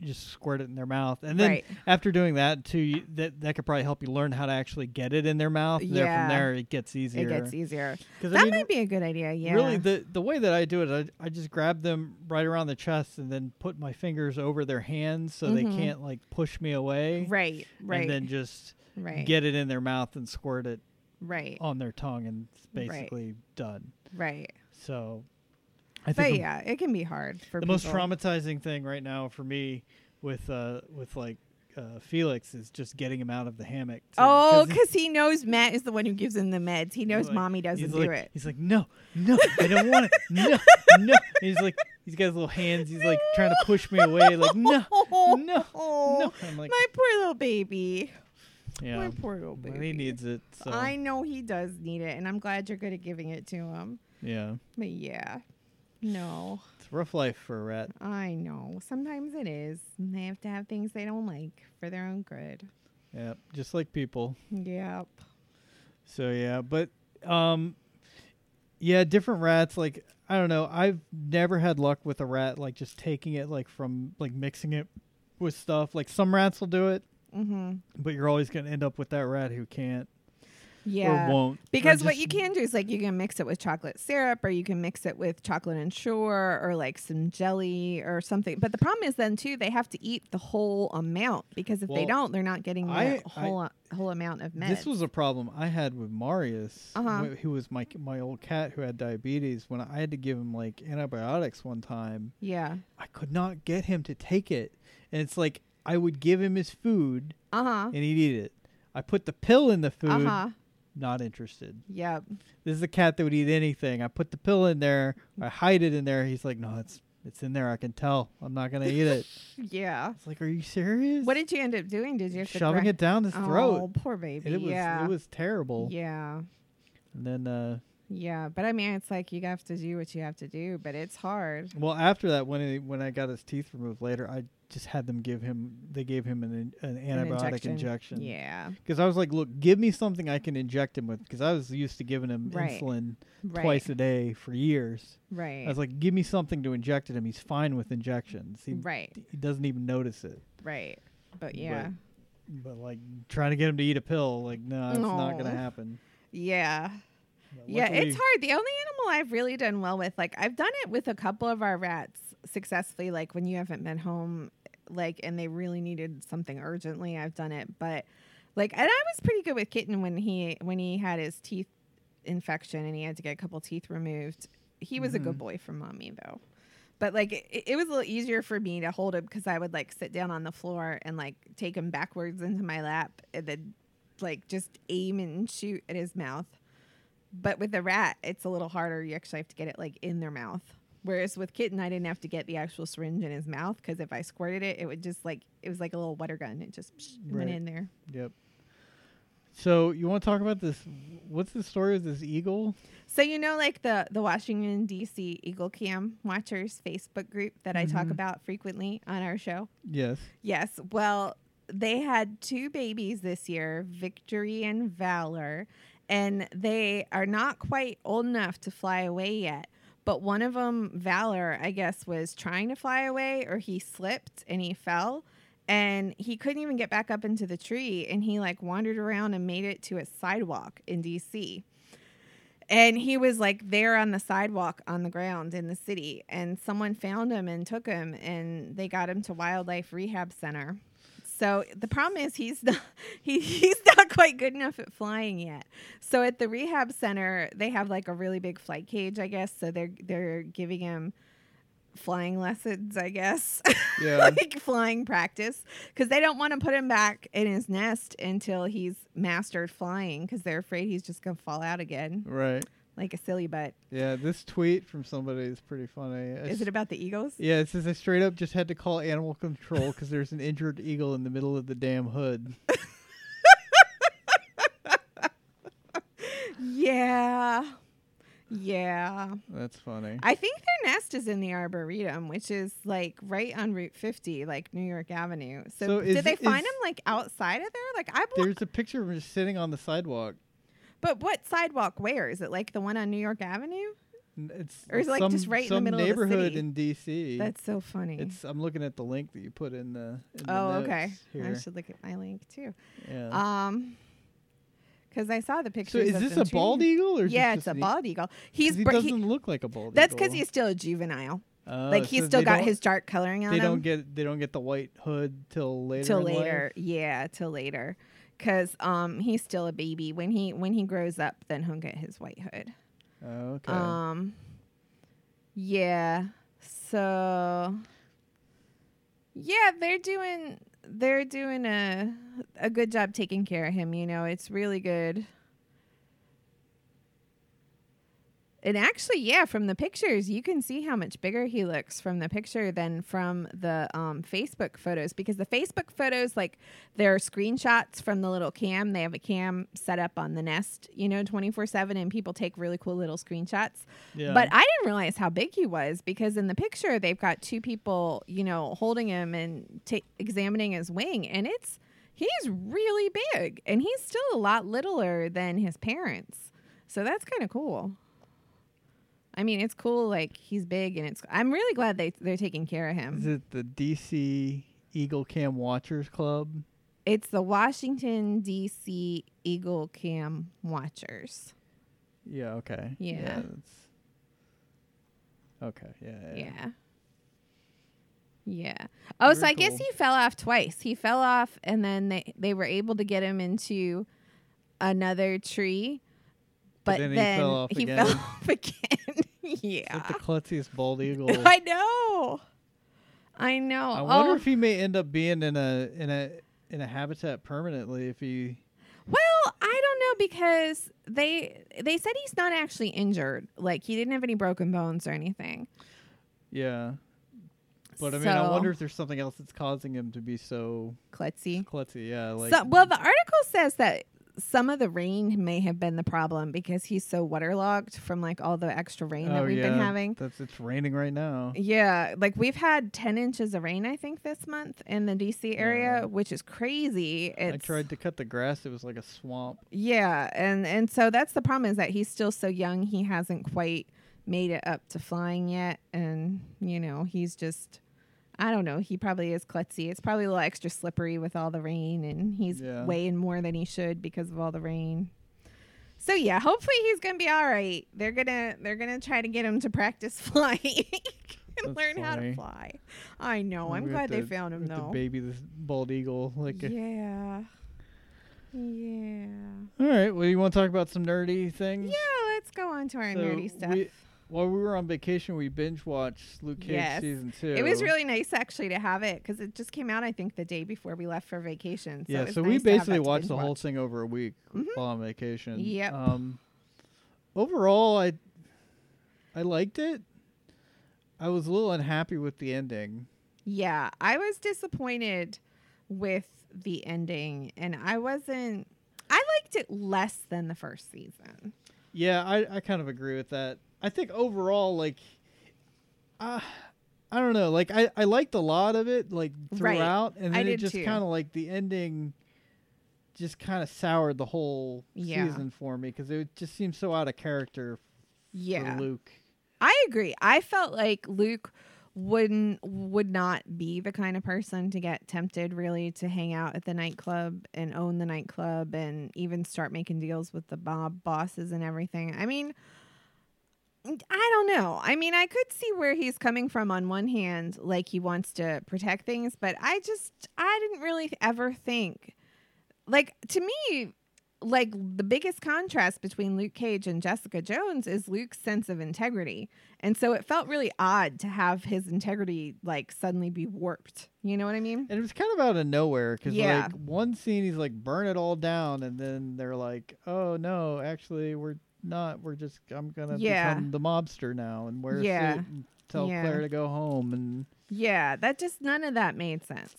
[SPEAKER 2] you just squirt it in their mouth, and then
[SPEAKER 1] Right.
[SPEAKER 2] after doing that too, you, that that could probably help you learn how to actually get it in their mouth. and There
[SPEAKER 1] Yeah.
[SPEAKER 2] from there it gets
[SPEAKER 1] it
[SPEAKER 2] easier.
[SPEAKER 1] gets easier.
[SPEAKER 2] 'Cause, I
[SPEAKER 1] That
[SPEAKER 2] mean,
[SPEAKER 1] might be a good idea. Yeah.
[SPEAKER 2] Really, the the way that I do it, I, I just grab them right around the chest and then put my fingers over their hands so they
[SPEAKER 1] Mhm.
[SPEAKER 2] can't like push me away.
[SPEAKER 1] right. Right.
[SPEAKER 2] And then just
[SPEAKER 1] right.
[SPEAKER 2] get it in their mouth and squirt it
[SPEAKER 1] right.
[SPEAKER 2] on their tongue, and it's
[SPEAKER 1] Right.
[SPEAKER 2] basically done.
[SPEAKER 1] Right.
[SPEAKER 2] So, I think
[SPEAKER 1] But
[SPEAKER 2] the-
[SPEAKER 1] yeah, it can be hard for
[SPEAKER 2] the
[SPEAKER 1] people.
[SPEAKER 2] most traumatizing thing right now for me with uh with like uh, Felix is just getting him out of the hammock. to-
[SPEAKER 1] Oh,
[SPEAKER 2] he-
[SPEAKER 1] because he knows Matt is the one who gives him the meds. He knows
[SPEAKER 2] like-
[SPEAKER 1] mommy doesn't
[SPEAKER 2] he's
[SPEAKER 1] do
[SPEAKER 2] like,
[SPEAKER 1] it.
[SPEAKER 2] He's like, no, no, I don't want it. No, no. And he's like, he's got his little hands. He's like trying to push me away. Like, no, no, no.
[SPEAKER 1] no.
[SPEAKER 2] I'm like,
[SPEAKER 1] my poor little baby.
[SPEAKER 2] yeah.
[SPEAKER 1] My poor little
[SPEAKER 2] But
[SPEAKER 1] baby.
[SPEAKER 2] he needs it. So
[SPEAKER 1] I know he does need it, and I'm glad you're good at giving it to him.
[SPEAKER 2] yeah,
[SPEAKER 1] But yeah, no,
[SPEAKER 2] it's a rough life for a rat.
[SPEAKER 1] I know. Sometimes it is. and They have to have things they don't like for their own good.
[SPEAKER 2] Yeah, just like people.
[SPEAKER 1] Yep.
[SPEAKER 2] So yeah, but um yeah, different rats like I don't know. I've never had luck with a rat like just taking it like from like mixing it with stuff. Like some rats will do it,
[SPEAKER 1] Mm-hmm.
[SPEAKER 2] but you're always going to end up with that rat who can't
[SPEAKER 1] Yeah.
[SPEAKER 2] or won't. Or
[SPEAKER 1] Because what
[SPEAKER 2] just-
[SPEAKER 1] you can do is like you can mix it with chocolate syrup or you can mix it with chocolate and sugar or like some jelly or something. But the problem is then too they have to eat the whole amount because if
[SPEAKER 2] Well,
[SPEAKER 1] they don't they're not getting the
[SPEAKER 2] I- I-
[SPEAKER 1] whole whole amount of meds.
[SPEAKER 2] This was a problem I had with Marius,
[SPEAKER 1] Uh-huh.
[SPEAKER 2] wh- who was my my old cat who had diabetes. When I had to give him like antibiotics one time,
[SPEAKER 1] yeah.
[SPEAKER 2] I could not get him to take it, and it's like I would give him his food,
[SPEAKER 1] Uh-huh.
[SPEAKER 2] and he'd eat it. I put the pill in the food,
[SPEAKER 1] Uh-huh.
[SPEAKER 2] not interested.
[SPEAKER 1] Yep.
[SPEAKER 2] This is a cat that would eat anything. I put the pill in there, I hide it in there. He's like, no, it's It's in there. I can tell. I'm not gonna eat it.
[SPEAKER 1] Yeah.
[SPEAKER 2] It's like, are you serious?
[SPEAKER 1] What did you end up doing? Did you have to
[SPEAKER 2] Shoving
[SPEAKER 1] dra-
[SPEAKER 2] it down his
[SPEAKER 1] Oh,
[SPEAKER 2] throat.
[SPEAKER 1] poor baby.
[SPEAKER 2] it was
[SPEAKER 1] yeah.
[SPEAKER 2] it was terrible.
[SPEAKER 1] yeah.
[SPEAKER 2] And then, uh,
[SPEAKER 1] Yeah. But I mean, it's like you have to do what you have to do, but it's hard.
[SPEAKER 2] well, after that, when he, when I got his teeth removed later, I just had them give him. They gave him an an antibiotic injection.
[SPEAKER 1] Yeah.
[SPEAKER 2] Because I was like, look, give me something I can inject him with. Because I was used to giving him
[SPEAKER 1] Right.
[SPEAKER 2] insulin
[SPEAKER 1] Right.
[SPEAKER 2] twice a day for years.
[SPEAKER 1] Right.
[SPEAKER 2] I was like, give me something to inject at him. He's fine with injections. He,
[SPEAKER 1] right.
[SPEAKER 2] he doesn't even notice it.
[SPEAKER 1] Right. But yeah.
[SPEAKER 2] But like trying to get him to eat a pill, like no, it's not gonna
[SPEAKER 1] No.
[SPEAKER 2] happen.
[SPEAKER 1] yeah.
[SPEAKER 2] But
[SPEAKER 1] Yeah,
[SPEAKER 2] luckily-
[SPEAKER 1] it's hard. The only animal I've really done well with, like I've done it with a couple of our rats successfully, like when you haven't been home, like and they really needed something urgently, I've done it. But like and I was pretty good with kitten when he when he had his teeth infection and he had to get a couple teeth removed. He was a good
[SPEAKER 2] Mhm.
[SPEAKER 1] boy for mommy though. But like it, it was a little easier for me to hold him because I would like sit down on the floor and like take him backwards into my lap and then like just aim and shoot at his mouth. But with a rat, it's a little harder. You actually have to get it like in their mouth. Whereas with kitten, I didn't have to get the actual syringe in his mouth because if I squirted it, it would just like it was like a little water gun. It just psh, it went
[SPEAKER 2] Right.
[SPEAKER 1] in there.
[SPEAKER 2] Yep. So you want to talk about this? What's the story with this eagle?
[SPEAKER 1] So you know, like the the Washington D.C. Eagle Cam Watchers Facebook group that I talk
[SPEAKER 2] Mhm.
[SPEAKER 1] about frequently on our show.
[SPEAKER 2] Yes.
[SPEAKER 1] Yes. Well, they had two babies this year, Victory and Valor, and they are not quite old enough to fly away yet. But one of them, Valor, I guess, was trying to fly away or he slipped and he fell and he couldn't even get back up into the tree and he like wandered around and made it to a sidewalk in DC and he was like there on the sidewalk on the ground in the city and someone found him and took him and they got him to wildlife rehab center so the problem is he's not he, he's not quite good enough at flying yet so at the rehab center they have like a really big flight cage i guess so they're they're giving him flying lessons i guess
[SPEAKER 2] Yeah.
[SPEAKER 1] like flying practice because they don't want to put him back in his nest until he's mastered flying because they're afraid he's just gonna fall out again
[SPEAKER 2] right.
[SPEAKER 1] like a silly butt.
[SPEAKER 2] Yeah. This tweet from somebody is pretty funny.
[SPEAKER 1] Is it about the eagles?
[SPEAKER 2] yeah, it says I straight up just had to call animal control because there's an injured eagle in the middle of the damn hood.
[SPEAKER 1] Yeah. Yeah.
[SPEAKER 2] That's funny.
[SPEAKER 1] I think their nest is in the Arboretum, which is like right on Route 50, like New York Avenue. So,
[SPEAKER 2] So is-
[SPEAKER 1] did they find
[SPEAKER 2] is-
[SPEAKER 1] him like outside of there? Like I blo-
[SPEAKER 2] There's a picture of him just sitting on the sidewalk.
[SPEAKER 1] But what sidewalk where? Is it like the one on New York Avenue?
[SPEAKER 2] N- It's
[SPEAKER 1] Or is it, like,
[SPEAKER 2] some,
[SPEAKER 1] just right in the
[SPEAKER 2] some
[SPEAKER 1] middle of the
[SPEAKER 2] neighborhood
[SPEAKER 1] city?
[SPEAKER 2] in D.C.
[SPEAKER 1] That's so funny.
[SPEAKER 2] it's. I'm looking at the link that you put in the. In the
[SPEAKER 1] oh,
[SPEAKER 2] notes
[SPEAKER 1] okay. I
[SPEAKER 2] Here.
[SPEAKER 1] should look at my link too.
[SPEAKER 2] Yeah.
[SPEAKER 1] Um cuz I saw the
[SPEAKER 2] so
[SPEAKER 1] picture.
[SPEAKER 2] is this a bald eagle or is
[SPEAKER 1] Yeah,
[SPEAKER 2] this
[SPEAKER 1] it's
[SPEAKER 2] just
[SPEAKER 1] a
[SPEAKER 2] an e-
[SPEAKER 1] bald eagle.
[SPEAKER 2] 'Cause
[SPEAKER 1] He's
[SPEAKER 2] he
[SPEAKER 1] br- he-
[SPEAKER 2] doesn't look like a bald
[SPEAKER 1] That's
[SPEAKER 2] eagle.
[SPEAKER 1] cuz he's still a juvenile.
[SPEAKER 2] Oh,
[SPEAKER 1] like he's
[SPEAKER 2] so
[SPEAKER 1] still
[SPEAKER 2] they
[SPEAKER 1] got
[SPEAKER 2] don't-
[SPEAKER 1] his dark coloring on
[SPEAKER 2] They
[SPEAKER 1] him
[SPEAKER 2] don't get they don't get the white hood till later.
[SPEAKER 1] till
[SPEAKER 2] in life?
[SPEAKER 1] later yeah till later because um he's still a baby when he when he grows up then he'll get his white hood
[SPEAKER 2] Oh, okay.
[SPEAKER 1] um yeah so yeah they're doing they're doing a a good job taking care of him you know it's really good and actually yeah from the pictures you can see how much bigger he looks from the picture than from the um, facebook photos because the facebook photos like they're screenshots from the little cam they have a cam set up on the nest you know 24-7 and people take really cool little screenshots
[SPEAKER 2] yeah.
[SPEAKER 1] but I didn't realize how big he was because in the picture they've got two people, you know, holding him and ta- examining his wing, and it's he's really big, and he's still a lot littler than his parents, so that's kind of cool. I mean, it's cool like he's big, and it's I'm really glad they they're taking care of
[SPEAKER 2] is
[SPEAKER 1] him.
[SPEAKER 2] it the D.C. Eagle Cam Watchers Club?
[SPEAKER 1] It's the Washington D.C. Eagle Cam Watchers.
[SPEAKER 2] Yeah. Okay.
[SPEAKER 1] Yeah.
[SPEAKER 2] that's... Okay. Yeah. Yeah.
[SPEAKER 1] Yeah. Yeah. Oh, so
[SPEAKER 2] Very
[SPEAKER 1] I guess
[SPEAKER 2] cool.
[SPEAKER 1] he fell off twice. He fell off and then they they were able to get him into another tree. But, then, he fell off again.
[SPEAKER 2] It's like
[SPEAKER 1] yeah.
[SPEAKER 2] the klutziest bald eagle.
[SPEAKER 1] I know. I know.
[SPEAKER 2] I wonder
[SPEAKER 1] oh.
[SPEAKER 2] if he may end up being in a in a in a habitat permanently if he
[SPEAKER 1] Well, I don't know because they they said he's not actually injured. Like he didn't have any broken bones or anything.
[SPEAKER 2] yeah But I mean, I
[SPEAKER 1] So-
[SPEAKER 2] wonder if there's something else that's causing him to be so
[SPEAKER 1] Klutzy.
[SPEAKER 2] klutzy. Yeah, like
[SPEAKER 1] so, well, the article says that some of the rain may have been the problem because he's so waterlogged from like all the extra rain that
[SPEAKER 2] oh,
[SPEAKER 1] we've
[SPEAKER 2] yeah,
[SPEAKER 1] been having.
[SPEAKER 2] That's it's raining right now.
[SPEAKER 1] Yeah, like we've had 10 inches of rain, I think, this month in the DC area,
[SPEAKER 2] Yeah.
[SPEAKER 1] which is crazy. It's,
[SPEAKER 2] I tried to cut the grass; it was like a swamp.
[SPEAKER 1] Yeah, and and so that's the problem is that he's still so young. He hasn't quite made it up to flying yet, and you know he's just. I don't know. He probably is klutzy. It's probably a little extra slippery with all the rain, and he's
[SPEAKER 2] Yeah.
[SPEAKER 1] weighing more than he should because of all the rain. So yeah, hopefully he's gonna be all right. They're gonna they're gonna try to get him to practice flying and
[SPEAKER 2] That's
[SPEAKER 1] learn how to
[SPEAKER 2] funny.
[SPEAKER 1] fly. I know.
[SPEAKER 2] Maybe
[SPEAKER 1] I'm
[SPEAKER 2] we
[SPEAKER 1] glad
[SPEAKER 2] have
[SPEAKER 1] they
[SPEAKER 2] to-
[SPEAKER 1] found
[SPEAKER 2] we
[SPEAKER 1] him
[SPEAKER 2] have to
[SPEAKER 1] though.
[SPEAKER 2] baby this bald eagle. Like, a-
[SPEAKER 1] Yeah. Yeah.
[SPEAKER 2] all right. Well, you want to talk about some nerdy things?
[SPEAKER 1] Yeah, let's go on to our
[SPEAKER 2] So
[SPEAKER 1] nerdy stuff.
[SPEAKER 2] we- While we were on vacation, we binge watched Luke Cage
[SPEAKER 1] Yes.
[SPEAKER 2] season two.
[SPEAKER 1] it was really nice actually to have it because it just came out, I think, the day before we left for vacation. So it
[SPEAKER 2] yeah.
[SPEAKER 1] was
[SPEAKER 2] So
[SPEAKER 1] nice
[SPEAKER 2] we
[SPEAKER 1] to have that
[SPEAKER 2] basically
[SPEAKER 1] to
[SPEAKER 2] watched
[SPEAKER 1] binge
[SPEAKER 2] the whole
[SPEAKER 1] watch.
[SPEAKER 2] thing over a week
[SPEAKER 1] Mhm.
[SPEAKER 2] while on vacation.
[SPEAKER 1] Yep.
[SPEAKER 2] Um, overall, I I liked it. I was a little unhappy with the ending.
[SPEAKER 1] Yeah, I was disappointed with the ending, and I wasn't. I liked it less than the first season.
[SPEAKER 2] Yeah, I, I kind of agree with that. I think overall, like, uh, I don't know, like I, I liked a lot of it, like
[SPEAKER 1] Right.
[SPEAKER 2] throughout, and
[SPEAKER 1] I
[SPEAKER 2] then it
[SPEAKER 1] did
[SPEAKER 2] just
[SPEAKER 1] too.
[SPEAKER 2] kind of like the ending, just kind of soured the whole
[SPEAKER 1] Yeah.
[SPEAKER 2] season for me because it just seemed so out of character
[SPEAKER 1] Yeah,
[SPEAKER 2] for Luke.
[SPEAKER 1] I agree. I felt like Luke wouldn't would not be the kind of person to get tempted really to hang out at the nightclub and own the nightclub and even start making deals with the mob bosses and everything. I mean I don't know. I mean, I could see where he's coming from on one hand, like he wants to protect things, but I just I didn't really ever think like to me like the biggest contrast between Luke Cage and Jessica Jones is Luke's sense of integrity. And so it felt really odd to have his integrity like suddenly be warped. You know what I mean?
[SPEAKER 2] And it was kind of out of nowhere because
[SPEAKER 1] Yeah.
[SPEAKER 2] like one scene he's like burn it all down, and then they're like, oh no, actually we're not. We're just I'm gonna
[SPEAKER 1] Yeah.
[SPEAKER 2] become the mobster now and wear
[SPEAKER 1] Yeah.
[SPEAKER 2] a suit and tell
[SPEAKER 1] Yeah.
[SPEAKER 2] Claire to go home and.
[SPEAKER 1] Yeah, that just none of that made sense.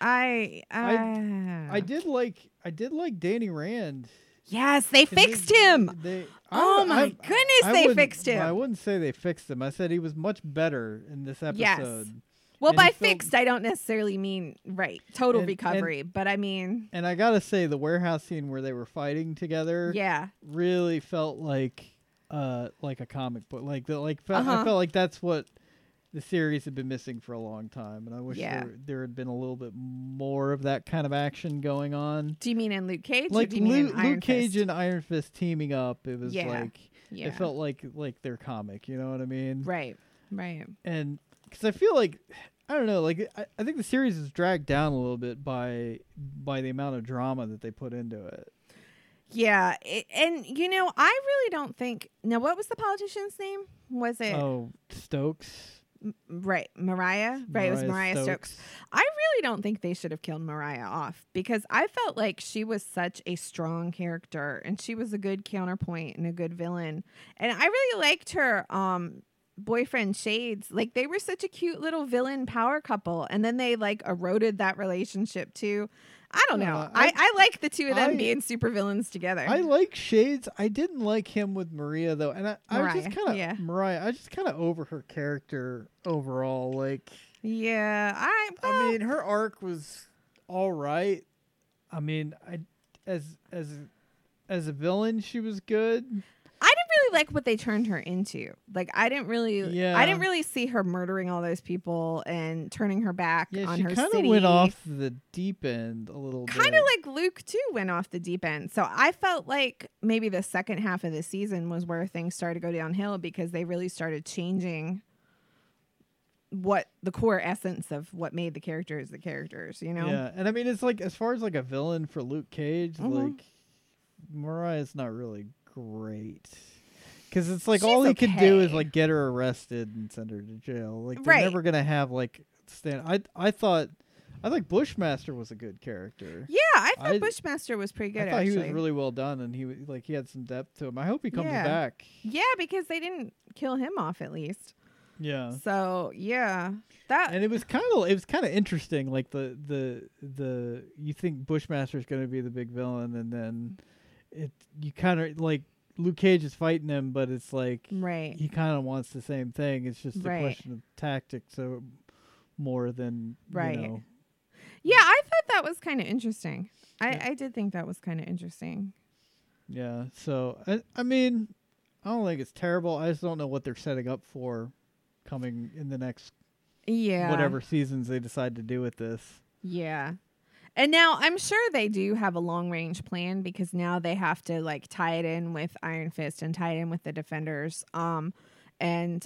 [SPEAKER 1] I uh, I,
[SPEAKER 2] I did like I did like Danny Rand.
[SPEAKER 1] Yes, they
[SPEAKER 2] 'cause they-
[SPEAKER 1] fixed him.
[SPEAKER 2] They,
[SPEAKER 1] Oh
[SPEAKER 2] I-
[SPEAKER 1] my
[SPEAKER 2] I-
[SPEAKER 1] goodness,
[SPEAKER 2] I
[SPEAKER 1] they
[SPEAKER 2] wouldn't-
[SPEAKER 1] fixed him.
[SPEAKER 2] I wouldn't say they fixed him. I said he was much better in this episode.
[SPEAKER 1] Yes. Well,
[SPEAKER 2] and he
[SPEAKER 1] by
[SPEAKER 2] felt-
[SPEAKER 1] fixed, I don't necessarily mean right total
[SPEAKER 2] And- and-
[SPEAKER 1] recovery, but I mean,
[SPEAKER 2] And I gotta say, the warehouse scene where they were fighting together
[SPEAKER 1] yeah,
[SPEAKER 2] really felt like uh like a comic book. Like the like fe- I
[SPEAKER 1] Uh-huh.
[SPEAKER 2] felt like that's what the series had been missing for a long time, and I wish
[SPEAKER 1] Yeah.
[SPEAKER 2] there, there had been a little bit more of that kind of action going on.
[SPEAKER 1] Do you mean in Luke Cage? or
[SPEAKER 2] Like
[SPEAKER 1] do you mean
[SPEAKER 2] Luke,
[SPEAKER 1] in Iron
[SPEAKER 2] Luke Cage
[SPEAKER 1] Fist?
[SPEAKER 2] and Iron Fist teaming up, it was
[SPEAKER 1] Yeah.
[SPEAKER 2] like
[SPEAKER 1] yeah.
[SPEAKER 2] it felt like like their comic you know what i mean
[SPEAKER 1] right, right.
[SPEAKER 2] and because i feel like i don't know like I, I think the series is dragged down a little bit by by the amount of drama that they put into it
[SPEAKER 1] Yeah, it, and you know, I really don't think. Now, what was the politician's name? Was it
[SPEAKER 2] oh stokes
[SPEAKER 1] right Mariah? Right, it was Mariah Stokes. I really don't think they should have killed Mariah off because I felt like she was such a strong character and she was a good counterpoint and a good villain, and I really liked her. Um. Boyfriend Shades, like they were such a cute little villain power couple, and then they like eroded that relationship too. I don't know.
[SPEAKER 2] Uh,
[SPEAKER 1] I,
[SPEAKER 2] I-
[SPEAKER 1] I, like the two of them
[SPEAKER 2] I-
[SPEAKER 1] being super villains together.
[SPEAKER 2] i like shades i didn't like him with maria though and i, I was just
[SPEAKER 1] Mariah,
[SPEAKER 2] kind of
[SPEAKER 1] yeah.
[SPEAKER 2] mariah i was just kind of over her character overall like
[SPEAKER 1] Yeah, I. Well,
[SPEAKER 2] I mean, her arc was all right. I mean, I as as as a villain, she was good.
[SPEAKER 1] I didn't really like what they turned her into. Like, I didn't really,
[SPEAKER 2] Yeah.
[SPEAKER 1] I didn't really see her murdering all those people and turning her back
[SPEAKER 2] Yeah,
[SPEAKER 1] on
[SPEAKER 2] she
[SPEAKER 1] her
[SPEAKER 2] kind of
[SPEAKER 1] city.
[SPEAKER 2] went off the deep end a little bit.
[SPEAKER 1] Kind of like Luke too went off the deep end. So I felt like maybe the second half of the season was where things started to go downhill because they really started changing what the core essence of what made the characters the characters. You know?
[SPEAKER 2] yeah. And I mean, it's like as far as like a villain for Luke Cage,
[SPEAKER 1] Mhm.
[SPEAKER 2] like Mariah's not really great. Because it's like
[SPEAKER 1] She's
[SPEAKER 2] all he could do is
[SPEAKER 1] okay.
[SPEAKER 2] like get her arrested and send her to jail. Like they're
[SPEAKER 1] Right.
[SPEAKER 2] never gonna have like stand. I I thought, I thought Bushmaster was a good character.
[SPEAKER 1] Yeah, I thought
[SPEAKER 2] I-
[SPEAKER 1] Bushmaster was pretty good.
[SPEAKER 2] I thought
[SPEAKER 1] actually.
[SPEAKER 2] he was really well done, and he w- like he had some depth to him. I hope he comes
[SPEAKER 1] Yeah.
[SPEAKER 2] back.
[SPEAKER 1] yeah, because they didn't kill him off at least.
[SPEAKER 2] Yeah.
[SPEAKER 1] So yeah, that
[SPEAKER 2] And it was kind of it was kind of interesting. Like the the the you think Bushmaster's going to be the big villain, and then it you kind of like Luke Cage is fighting him, but it's like
[SPEAKER 1] right.
[SPEAKER 2] he kind of wants the same thing. It's just
[SPEAKER 1] Right.
[SPEAKER 2] a question of tactics, so more than
[SPEAKER 1] Right.
[SPEAKER 2] You know,
[SPEAKER 1] Yeah, I thought that was kind of interesting. I,
[SPEAKER 2] Yeah.
[SPEAKER 1] I did think that was kind of interesting.
[SPEAKER 2] yeah. So I I mean I don't think it's terrible. I just don't know what they're setting up for coming in the next
[SPEAKER 1] Yeah.
[SPEAKER 2] whatever seasons they decide to do with this.
[SPEAKER 1] Yeah. And now I'm sure they do have a long range plan because now they have to like tie it in with Iron Fist and tie it in with the Defenders. Um, and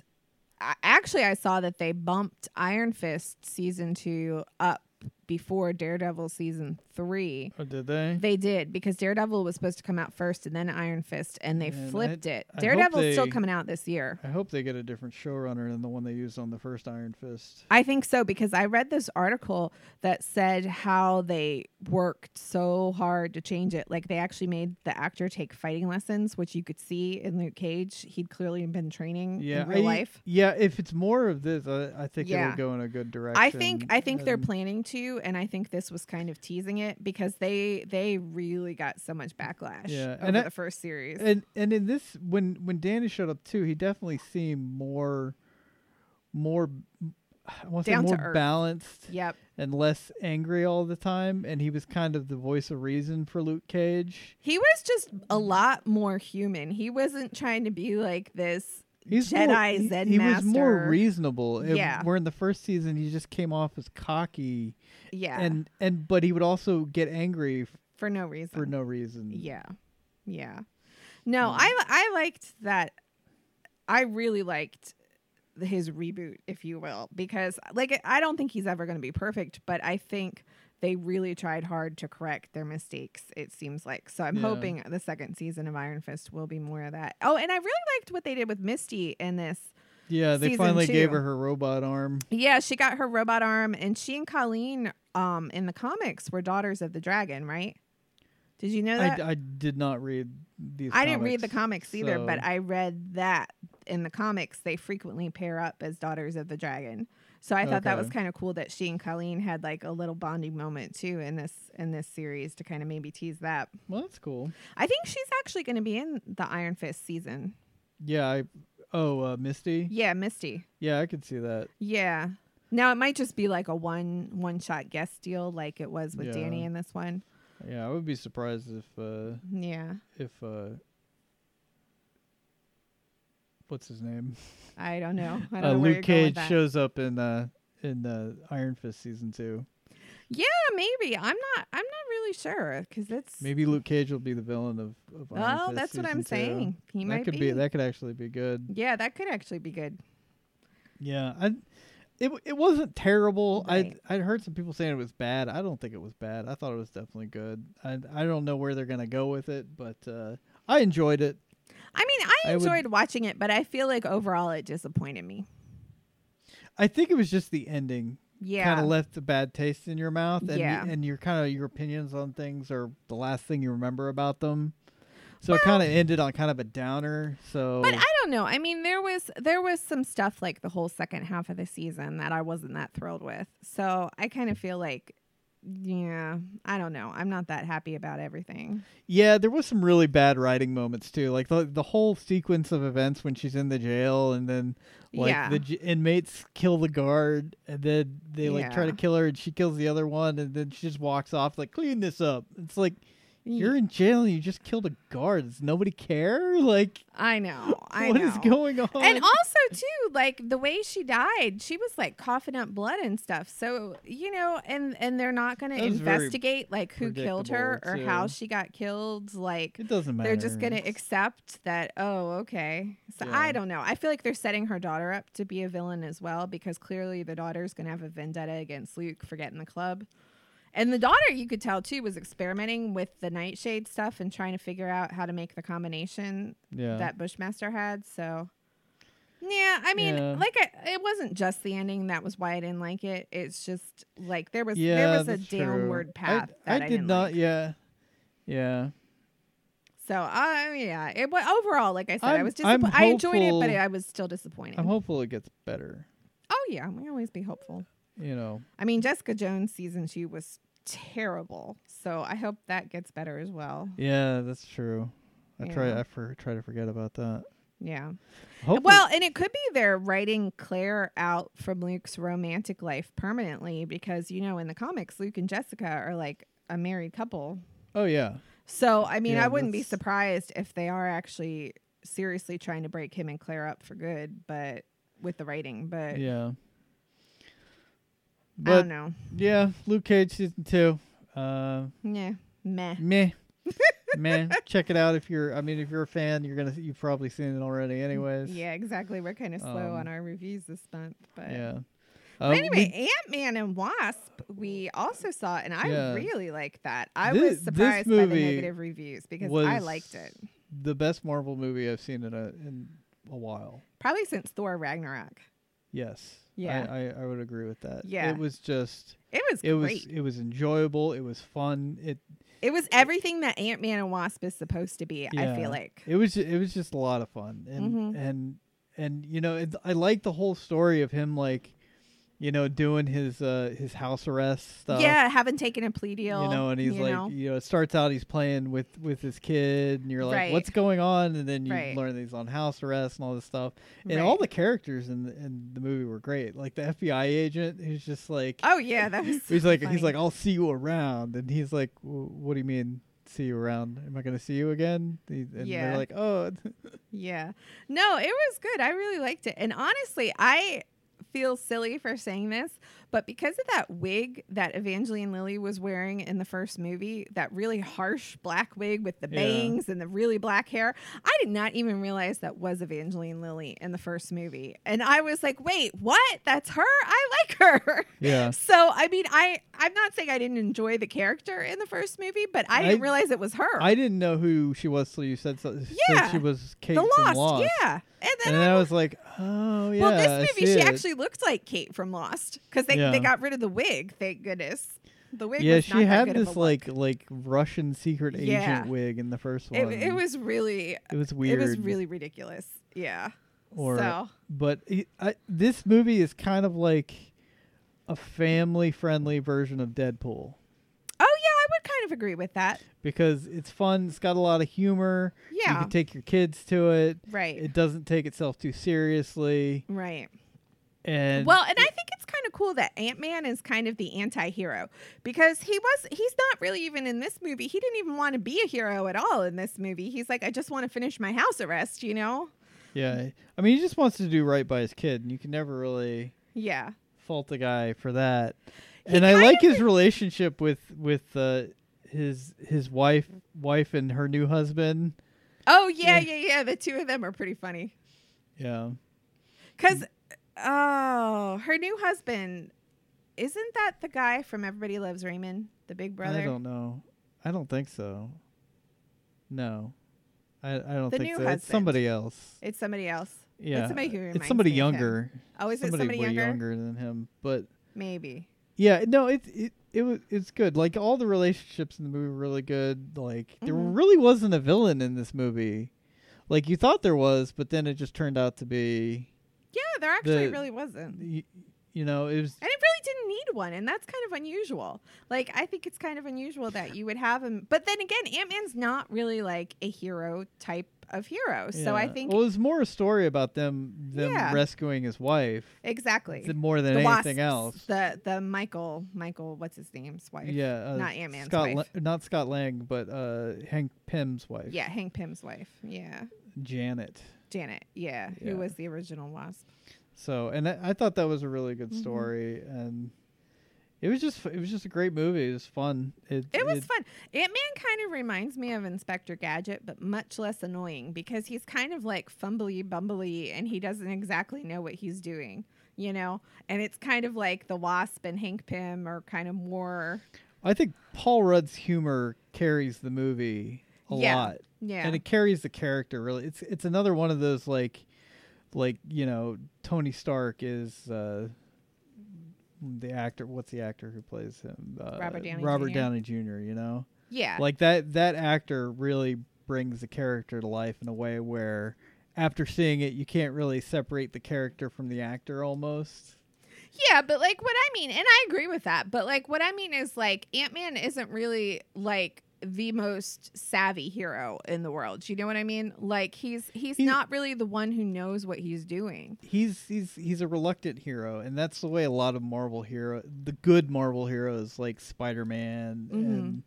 [SPEAKER 1] I, actually, I saw that they bumped Iron Fist season two up before Daredevil season three.
[SPEAKER 2] Oh, did they?
[SPEAKER 1] They did because Daredevil was supposed to come out first and then Iron Fist, and they
[SPEAKER 2] Man, I-
[SPEAKER 1] flipped it.
[SPEAKER 2] I hope
[SPEAKER 1] Daredevil's still
[SPEAKER 2] they-
[SPEAKER 1] coming out this year.
[SPEAKER 2] I hope they get a different showrunner than the one they used on the first Iron Fist.
[SPEAKER 1] I think so because I read this article that said how they worked so hard to change it. Like they actually made the actor take fighting lessons, which you could see in Luke Cage. He'd clearly been training
[SPEAKER 2] Yeah,
[SPEAKER 1] in real
[SPEAKER 2] I-
[SPEAKER 1] life.
[SPEAKER 2] Yeah, if it's more of this, I, I think
[SPEAKER 1] Yeah.
[SPEAKER 2] it'll go in a good direction.
[SPEAKER 1] I think I think they're
[SPEAKER 2] and-
[SPEAKER 1] planning to, and I think this was kind of teasing it because they they really got so much backlash
[SPEAKER 2] Yeah,
[SPEAKER 1] over
[SPEAKER 2] and I-
[SPEAKER 1] the first series.
[SPEAKER 2] and and in this when when Danny showed up too, he definitely seemed more more I want to say
[SPEAKER 1] Down to
[SPEAKER 2] more
[SPEAKER 1] earth.
[SPEAKER 2] balanced
[SPEAKER 1] yep,
[SPEAKER 2] and less angry all the time, and he was kind of the voice of reason for Luke Cage.
[SPEAKER 1] he was just a lot more human. He wasn't trying to be like this.
[SPEAKER 2] He's
[SPEAKER 1] Jedi
[SPEAKER 2] more,
[SPEAKER 1] Zen
[SPEAKER 2] he, he was more
[SPEAKER 1] Master.
[SPEAKER 2] reasonable. It-
[SPEAKER 1] Yeah.
[SPEAKER 2] where in the first season he just came off as cocky,
[SPEAKER 1] Yeah,
[SPEAKER 2] and and but he would also get angry f-
[SPEAKER 1] for no reason.
[SPEAKER 2] for no reason.
[SPEAKER 1] Yeah. Yeah. No, I I liked that I really liked his reboot, if you will, because like I don't think he's ever going to be perfect, but I think they really tried hard to correct their mistakes. It seems like so. I'm
[SPEAKER 2] Yeah.
[SPEAKER 1] hoping the second season of Iron Fist will be more of that. Oh, and I really liked what they did with Misty in this.
[SPEAKER 2] Yeah, they
[SPEAKER 1] Season
[SPEAKER 2] finally gave
[SPEAKER 1] two.
[SPEAKER 2] her her robot arm.
[SPEAKER 1] Yeah, she got her robot arm, and she and Colleen, um, in the comics, were daughters of the dragon, right? Did you know that?
[SPEAKER 2] I, I did not read these.
[SPEAKER 1] I didn't read the
[SPEAKER 2] comics.
[SPEAKER 1] comics either, but
[SPEAKER 2] so-
[SPEAKER 1] I read that in the comics they frequently pair up as daughters of the dragon. So I thought that was
[SPEAKER 2] Okay.
[SPEAKER 1] kind of cool that she and Colleen had like a little bonding moment too in this in this series to kind of maybe tease that.
[SPEAKER 2] Well, that's cool.
[SPEAKER 1] I think she's actually going to be in the Iron Fist season.
[SPEAKER 2] Yeah. I, oh, uh, Misty.
[SPEAKER 1] Yeah, Misty.
[SPEAKER 2] Yeah, I could see that.
[SPEAKER 1] Yeah. Now it might just be like a one one shot guest deal like it was with
[SPEAKER 2] Yeah.
[SPEAKER 1] Danny in this one.
[SPEAKER 2] Yeah, I would be surprised if uh,
[SPEAKER 1] Yeah.
[SPEAKER 2] if uh, what's his name?
[SPEAKER 1] I don't know. I don't
[SPEAKER 2] Uh,
[SPEAKER 1] know where
[SPEAKER 2] Luke
[SPEAKER 1] you're going with
[SPEAKER 2] Cage
[SPEAKER 1] that.
[SPEAKER 2] shows up in uh, in the Iron Fist season two.
[SPEAKER 1] Yeah, maybe. I'm not I'm not really sure cuz it's
[SPEAKER 2] Maybe Luke Cage will be the villain of, of Iron
[SPEAKER 1] Oh,
[SPEAKER 2] Fist
[SPEAKER 1] that's what I'm
[SPEAKER 2] season two.
[SPEAKER 1] saying. He
[SPEAKER 2] That
[SPEAKER 1] might
[SPEAKER 2] could
[SPEAKER 1] be.
[SPEAKER 2] that could actually be good.
[SPEAKER 1] yeah, that could actually be good.
[SPEAKER 2] Yeah, I, it w- it wasn't terrible.
[SPEAKER 1] Right.
[SPEAKER 2] I I'd heard some people saying it was bad. I don't think it was bad. I thought it was definitely good. I I don't know where they're gonna go with it, but uh, I enjoyed it.
[SPEAKER 1] I mean, I
[SPEAKER 2] I would-
[SPEAKER 1] enjoyed watching it, but I feel like overall it disappointed me.
[SPEAKER 2] I think it was just the ending kind
[SPEAKER 1] Yeah.
[SPEAKER 2] of left a bad taste in your mouth, and y-
[SPEAKER 1] Yeah.
[SPEAKER 2] and your kind of your opinions on things are the last thing you remember about them. So it kind of ended on kind of a downer. So
[SPEAKER 1] but I don't know. I mean, there was there was some stuff like the whole second half of the season that I wasn't that thrilled with. So, I kind of feel like yeah, I don't know. I'm not that happy about everything.
[SPEAKER 2] Yeah, there was some really bad writing moments too. Like the the whole sequence of events when she's in the jail, and then like
[SPEAKER 1] Yeah.
[SPEAKER 2] the j- inmates kill the guard, and then they like try to
[SPEAKER 1] Yeah.
[SPEAKER 2] kill her, and she kills the other one, and then she just walks off like clean this up. It's like
[SPEAKER 1] Ye-
[SPEAKER 2] you're in jail and you just killed a guard. Does nobody care? Like
[SPEAKER 1] I know. I
[SPEAKER 2] what
[SPEAKER 1] know.
[SPEAKER 2] is going on?
[SPEAKER 1] and also too like the way she died she was like coughing up blood and stuff so you know and and they're not going to
[SPEAKER 2] That was very
[SPEAKER 1] investigate like who killed her or
[SPEAKER 2] predictable,
[SPEAKER 1] how
[SPEAKER 2] too.
[SPEAKER 1] she got killed like
[SPEAKER 2] it doesn't matter.
[SPEAKER 1] they're just going to
[SPEAKER 2] It's-
[SPEAKER 1] accept that oh okay so i
[SPEAKER 2] Yeah.
[SPEAKER 1] don't know i feel like they're setting her daughter up to be a villain as well because clearly the daughter's going to have a vendetta against luke for getting the club and the daughter you could tell too was experimenting with the nightshade stuff and trying to figure out how to make the combination
[SPEAKER 2] yeah.
[SPEAKER 1] that Bushmaster had. So, yeah, I mean,
[SPEAKER 2] Yeah.
[SPEAKER 1] like, I, it wasn't just the ending that was why I didn't like it. It's just like there was
[SPEAKER 2] yeah,
[SPEAKER 1] there was a
[SPEAKER 2] that's true.
[SPEAKER 1] downward path
[SPEAKER 2] I,
[SPEAKER 1] that I,
[SPEAKER 2] I did
[SPEAKER 1] didn't
[SPEAKER 2] not.
[SPEAKER 1] like.
[SPEAKER 2] Yeah, yeah.
[SPEAKER 1] So, uh, yeah, it was overall, like I said, i
[SPEAKER 2] I'm-
[SPEAKER 1] was just,
[SPEAKER 2] I'm
[SPEAKER 1] I enjoyed it, but
[SPEAKER 2] hopeful-
[SPEAKER 1] I was still disappointed.
[SPEAKER 2] I'm hopeful it gets better.
[SPEAKER 1] oh, yeah, we always be hopeful.
[SPEAKER 2] You know,
[SPEAKER 1] I mean, Jessica Jones season two was terrible, so I hope that gets better as well.
[SPEAKER 2] yeah, that's true. I try
[SPEAKER 1] Yeah.
[SPEAKER 2] I for, try to forget about that.
[SPEAKER 1] Yeah.
[SPEAKER 2] Hopefully,
[SPEAKER 1] Well, and it could be they're writing Claire out from Luke's romantic life permanently because, you know, in the comics, Luke and Jessica are like a married couple.
[SPEAKER 2] oh yeah,
[SPEAKER 1] So, I mean,
[SPEAKER 2] Yeah,
[SPEAKER 1] I wouldn't be
[SPEAKER 2] that's-
[SPEAKER 1] surprised if they are actually seriously trying to break him and Claire up for good, but with the writing. But
[SPEAKER 2] yeah.
[SPEAKER 1] I
[SPEAKER 2] But
[SPEAKER 1] don't know.
[SPEAKER 2] yeah, Luke Cage season two. Uh,
[SPEAKER 1] Yeah. Meh.
[SPEAKER 2] meh, meh. Check it out if you're. I mean, if you're a fan, you're gonna. You've probably seen it already, anyways.
[SPEAKER 1] Yeah, exactly. We're kind of slow
[SPEAKER 2] Um,
[SPEAKER 1] on our reviews this month, but
[SPEAKER 2] Yeah.
[SPEAKER 1] But
[SPEAKER 2] Uh,
[SPEAKER 1] anyway, Ant Man and Wasp, we also saw, and I
[SPEAKER 2] Yeah.
[SPEAKER 1] really liked that. I
[SPEAKER 2] Thi-
[SPEAKER 1] was
[SPEAKER 2] this
[SPEAKER 1] surprised by the
[SPEAKER 2] movie
[SPEAKER 1] negative reviews because I
[SPEAKER 2] was-
[SPEAKER 1] liked it.
[SPEAKER 2] the best Marvel movie I've seen in a in a while.
[SPEAKER 1] Probably since Thor Ragnarok.
[SPEAKER 2] Yes.
[SPEAKER 1] Yeah.
[SPEAKER 2] I, I, I would agree with that.
[SPEAKER 1] Yeah.
[SPEAKER 2] It was just
[SPEAKER 1] It was
[SPEAKER 2] it
[SPEAKER 1] great.
[SPEAKER 2] was it was enjoyable. It was fun. It
[SPEAKER 1] it was everything that Ant Man and Wasp is supposed to be, I
[SPEAKER 2] Yeah.
[SPEAKER 1] feel like.
[SPEAKER 2] it was ju- it was just a lot of fun. And
[SPEAKER 1] Mhm.
[SPEAKER 2] and and you know, it, I like the whole story of him like you know, doing his uh his house arrest stuff.
[SPEAKER 1] Yeah, having taken a plea deal.
[SPEAKER 2] You know, and he's
[SPEAKER 1] you
[SPEAKER 2] like,
[SPEAKER 1] know?
[SPEAKER 2] you know, it starts out he's playing with with his kid, and you're like,
[SPEAKER 1] Right.
[SPEAKER 2] what's going on? And then you
[SPEAKER 1] Right.
[SPEAKER 2] learn that he's on house arrest and all this stuff. And
[SPEAKER 1] Right.
[SPEAKER 2] all the characters in the, in the movie were great. Like the FBI agent, who's just like,
[SPEAKER 1] oh, yeah, that was.
[SPEAKER 2] he's
[SPEAKER 1] so
[SPEAKER 2] like,
[SPEAKER 1] funny.
[SPEAKER 2] he's like, I'll see you around, and he's like, "W- what do you mean? See you around? Am I gonna see you again? He- And
[SPEAKER 1] Yeah.
[SPEAKER 2] they're like, oh,
[SPEAKER 1] Yeah. No, it was good. I really liked it. And honestly, I feel silly for saying this, but because of that wig that Evangeline Lilly was wearing in the first movie, that really harsh black wig with the
[SPEAKER 2] Yeah.
[SPEAKER 1] bangs and the really black hair, I did not even realize that was Evangeline Lilly in the first movie. And I was like, "Wait, what? That's her? I like her."
[SPEAKER 2] yeah.
[SPEAKER 1] So, I mean, I I'm not saying I didn't enjoy the character in the first movie, but I didn't
[SPEAKER 2] I-
[SPEAKER 1] realize it was her.
[SPEAKER 2] I didn't know who she was till you said, so, said
[SPEAKER 1] Yeah.
[SPEAKER 2] she was Kate
[SPEAKER 1] the
[SPEAKER 2] from
[SPEAKER 1] Lost,
[SPEAKER 2] Lost.
[SPEAKER 1] yeah. And then
[SPEAKER 2] And then I was like, oh yeah.
[SPEAKER 1] well,
[SPEAKER 2] I
[SPEAKER 1] this movie
[SPEAKER 2] see
[SPEAKER 1] she
[SPEAKER 2] it.
[SPEAKER 1] actually looked like Kate from Lost because they,
[SPEAKER 2] Yeah.
[SPEAKER 1] they got rid of the wig. Thank goodness. The wig.
[SPEAKER 2] yeah,
[SPEAKER 1] was not
[SPEAKER 2] she
[SPEAKER 1] that
[SPEAKER 2] had
[SPEAKER 1] good of a look.
[SPEAKER 2] this like like Russian secret agent
[SPEAKER 1] Yeah.
[SPEAKER 2] wig in the first one.
[SPEAKER 1] It, it was really.
[SPEAKER 2] it was weird.
[SPEAKER 1] It was really ridiculous. Yeah.
[SPEAKER 2] Or-
[SPEAKER 1] so
[SPEAKER 2] but it, I, this movie is kind of like a family friendly version of Deadpool
[SPEAKER 1] oh yeah, I would kind of agree with that.
[SPEAKER 2] because it's fun. It's got a lot of humor. you
[SPEAKER 1] Yeah.
[SPEAKER 2] can take your kids to it.
[SPEAKER 1] right.
[SPEAKER 2] It doesn't take itself too seriously.
[SPEAKER 1] right.
[SPEAKER 2] And
[SPEAKER 1] well, and I think it's kind of cool that Ant Man is kind of the anti-hero because he was he's not really even in this movie. He didn't even want to be a hero at all in this movie. He's like, I just want to finish my house arrest, you know?
[SPEAKER 2] yeah, I mean, he just wants to do right by his kid, and you can never really
[SPEAKER 1] Yeah.
[SPEAKER 2] fault the guy for that.
[SPEAKER 1] He
[SPEAKER 2] and I
[SPEAKER 1] kind
[SPEAKER 2] like his relationship with with uh, his his wife wife and her new husband.
[SPEAKER 1] Oh yeah,
[SPEAKER 2] Yeah.
[SPEAKER 1] yeah, yeah. The two of them are pretty funny.
[SPEAKER 2] Yeah.
[SPEAKER 1] Because, oh, her new husband, isn't that the guy from Everybody Loves Raymond, the big brother?
[SPEAKER 2] I don't know. I don't think so. No. I, I don't
[SPEAKER 1] The
[SPEAKER 2] think
[SPEAKER 1] new
[SPEAKER 2] so. It's
[SPEAKER 1] husband.
[SPEAKER 2] somebody else.
[SPEAKER 1] It's somebody else.
[SPEAKER 2] Yeah.
[SPEAKER 1] somebody who reminds
[SPEAKER 2] it's somebody
[SPEAKER 1] me of him.
[SPEAKER 2] younger.
[SPEAKER 1] Oh, is
[SPEAKER 2] somebody
[SPEAKER 1] it somebody
[SPEAKER 2] way
[SPEAKER 1] younger?
[SPEAKER 2] than him. But
[SPEAKER 1] Maybe.
[SPEAKER 2] yeah, no, it it it was it's good. Like all the relationships in the movie were really good. Like there
[SPEAKER 1] Mhm.
[SPEAKER 2] really wasn't a villain in this movie. Like you thought there was, but then it just turned out to be
[SPEAKER 1] Yeah, there actually
[SPEAKER 2] The-
[SPEAKER 1] really wasn't.
[SPEAKER 2] you, you know, it was
[SPEAKER 1] And it really didn't need one, and that's kind of unusual. Like, I think it's kind of unusual that you would have him. But then again, Ant Man's not really like a hero type of hero. So I
[SPEAKER 2] yeah.
[SPEAKER 1] think.
[SPEAKER 2] well, it was more a story about them them
[SPEAKER 1] Yeah.
[SPEAKER 2] rescuing his wife
[SPEAKER 1] exactly.
[SPEAKER 2] th- more than
[SPEAKER 1] the
[SPEAKER 2] anything
[SPEAKER 1] wasps,
[SPEAKER 2] else.
[SPEAKER 1] The, the Michael, Michael, what's his name's wife?
[SPEAKER 2] Yeah, uh,
[SPEAKER 1] Not Ant-Man's
[SPEAKER 2] Scott,
[SPEAKER 1] wife.
[SPEAKER 2] La- not Scott Lang, but uh, Hank Pym's wife.
[SPEAKER 1] Yeah, Hank Pym's wife. Yeah.
[SPEAKER 2] Janet.
[SPEAKER 1] Janet, yeah,
[SPEAKER 2] Yeah.
[SPEAKER 1] who was the original Wasp.
[SPEAKER 2] So, and I, I thought that was a really good
[SPEAKER 1] Mhm.
[SPEAKER 2] story, and it was just it was just a great movie. It was fun. It,
[SPEAKER 1] It was fun. Ant Man kind of reminds me of Inspector Gadget, but much less annoying because he's kind of like fumbly bumbly and he doesn't exactly know what he's doing, you know? And it's kind of like the Wasp and Hank Pym are kind of more,
[SPEAKER 2] I think Paul Rudd's humor carries the movie a
[SPEAKER 1] Yeah.
[SPEAKER 2] lot.
[SPEAKER 1] yeah.
[SPEAKER 2] and it carries the character really it's it's another one of those like like you know tony stark is uh the actor what's the actor who plays him uh,
[SPEAKER 1] Robert Downey
[SPEAKER 2] robert
[SPEAKER 1] Jr..
[SPEAKER 2] downey jr you know
[SPEAKER 1] yeah.
[SPEAKER 2] like that that actor really brings the character to life in a way where after seeing it you can't really separate the character from the actor almost.
[SPEAKER 1] Yeah, but like what I mean, and I agree with that, but like what I mean is like Ant Man isn't really like the most savvy hero in the world. You know what I mean? Like he's he's
[SPEAKER 2] He's-
[SPEAKER 1] not really the one who knows what he's doing.
[SPEAKER 2] He's he's he's a reluctant hero and that's the way a lot of Marvel hero the good Marvel heroes like Spider-Man
[SPEAKER 1] Mhm.
[SPEAKER 2] and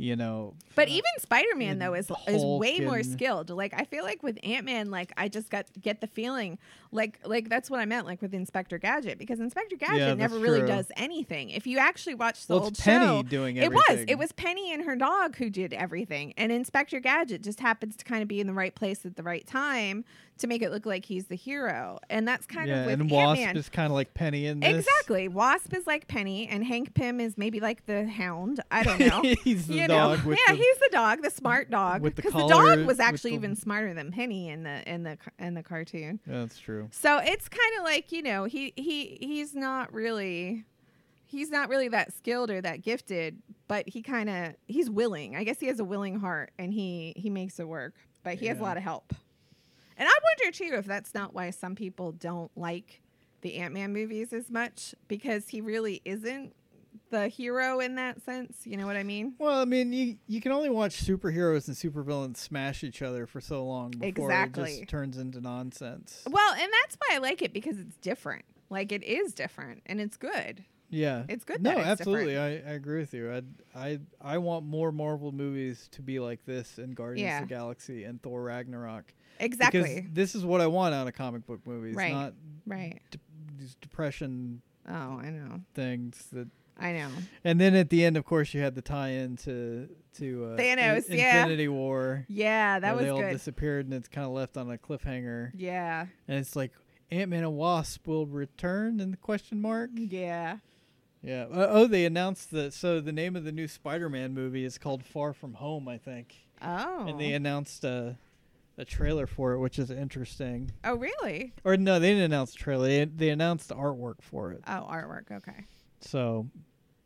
[SPEAKER 2] you know
[SPEAKER 1] But
[SPEAKER 2] uh,
[SPEAKER 1] even Spider Man
[SPEAKER 2] and
[SPEAKER 1] though is
[SPEAKER 2] the
[SPEAKER 1] is way
[SPEAKER 2] Hulk
[SPEAKER 1] more
[SPEAKER 2] and-
[SPEAKER 1] skilled. Like I feel like with Ant Man, like I just got get the feeling like like that's what I meant like with Inspector Gadget because Inspector Gadget
[SPEAKER 2] that's
[SPEAKER 1] never really
[SPEAKER 2] true.
[SPEAKER 1] does anything. If you actually watch the
[SPEAKER 2] well,
[SPEAKER 1] old
[SPEAKER 2] it's Penny
[SPEAKER 1] show,
[SPEAKER 2] doing
[SPEAKER 1] it was
[SPEAKER 2] everything.
[SPEAKER 1] it was Penny and her dog who did everything, and Inspector Gadget just happens to kind of be in the right place at the right time to make it look like he's the hero, and that's kind
[SPEAKER 2] yeah,
[SPEAKER 1] of with
[SPEAKER 2] and
[SPEAKER 1] Ant
[SPEAKER 2] Wasp
[SPEAKER 1] Man.
[SPEAKER 2] is kind of like Penny in this.
[SPEAKER 1] Exactly. Wasp is like Penny, and Hank Pym is maybe like the hound. I don't know
[SPEAKER 2] he's the
[SPEAKER 1] you
[SPEAKER 2] dog
[SPEAKER 1] know,
[SPEAKER 2] with
[SPEAKER 1] yeah,
[SPEAKER 2] the
[SPEAKER 1] he's the dog, the smart dog,
[SPEAKER 2] with the
[SPEAKER 1] because the,
[SPEAKER 2] collar,
[SPEAKER 1] dog was
[SPEAKER 2] with
[SPEAKER 1] actually
[SPEAKER 2] the-
[SPEAKER 1] even smarter than Penny in the in the ca- in the cartoon.
[SPEAKER 2] Yeah, That's true.
[SPEAKER 1] So it's kind of like you know he he he's not really he's not really that skilled or that gifted, but he kind of he's willing. I guess he has a willing heart, and he he makes it work. But he has a
[SPEAKER 2] Yeah.
[SPEAKER 1] lot of help. And I wonder too if that's not why some people don't like the Ant Man movies as much because he really isn't the hero in that sense. You know what I mean?
[SPEAKER 2] Well, I mean, you you can only watch superheroes and supervillains smash each other for so long before it
[SPEAKER 1] Exactly.
[SPEAKER 2] just turns into nonsense.
[SPEAKER 1] Well, and that's why I like it because it's different. Like it is different and it's good.
[SPEAKER 2] Yeah,
[SPEAKER 1] It's good
[SPEAKER 2] No,
[SPEAKER 1] that it's
[SPEAKER 2] absolutely, I, I agree with you. I I I want more Marvel movies to be like this and Guardians
[SPEAKER 1] Yeah.
[SPEAKER 2] of the Galaxy and Thor Ragnarok.
[SPEAKER 1] Exactly.
[SPEAKER 2] Because this is what I want out of comic book movies,
[SPEAKER 1] Right.
[SPEAKER 2] not
[SPEAKER 1] right.
[SPEAKER 2] de- these depression
[SPEAKER 1] Oh, I know.
[SPEAKER 2] things that
[SPEAKER 1] I know.
[SPEAKER 2] and then at the end of course you had the tie-in to to uh, In-
[SPEAKER 1] Thanos, yeah.
[SPEAKER 2] infinity war
[SPEAKER 1] Yeah, that
[SPEAKER 2] where
[SPEAKER 1] was
[SPEAKER 2] they all
[SPEAKER 1] good.
[SPEAKER 2] disappeared and it's kind of left on a cliffhanger
[SPEAKER 1] yeah.
[SPEAKER 2] and it's like ant-man and wasp will return in the question mark
[SPEAKER 1] Yeah.
[SPEAKER 2] yeah Uh, oh they announced that so the name of the new spider-man movie is called far from home i think
[SPEAKER 1] Oh.
[SPEAKER 2] and they announced a, a trailer for it which is interesting
[SPEAKER 1] oh, really?
[SPEAKER 2] or no they didn't announce the trailer they, they announced the artwork for it
[SPEAKER 1] Oh, artwork. Okay.
[SPEAKER 2] so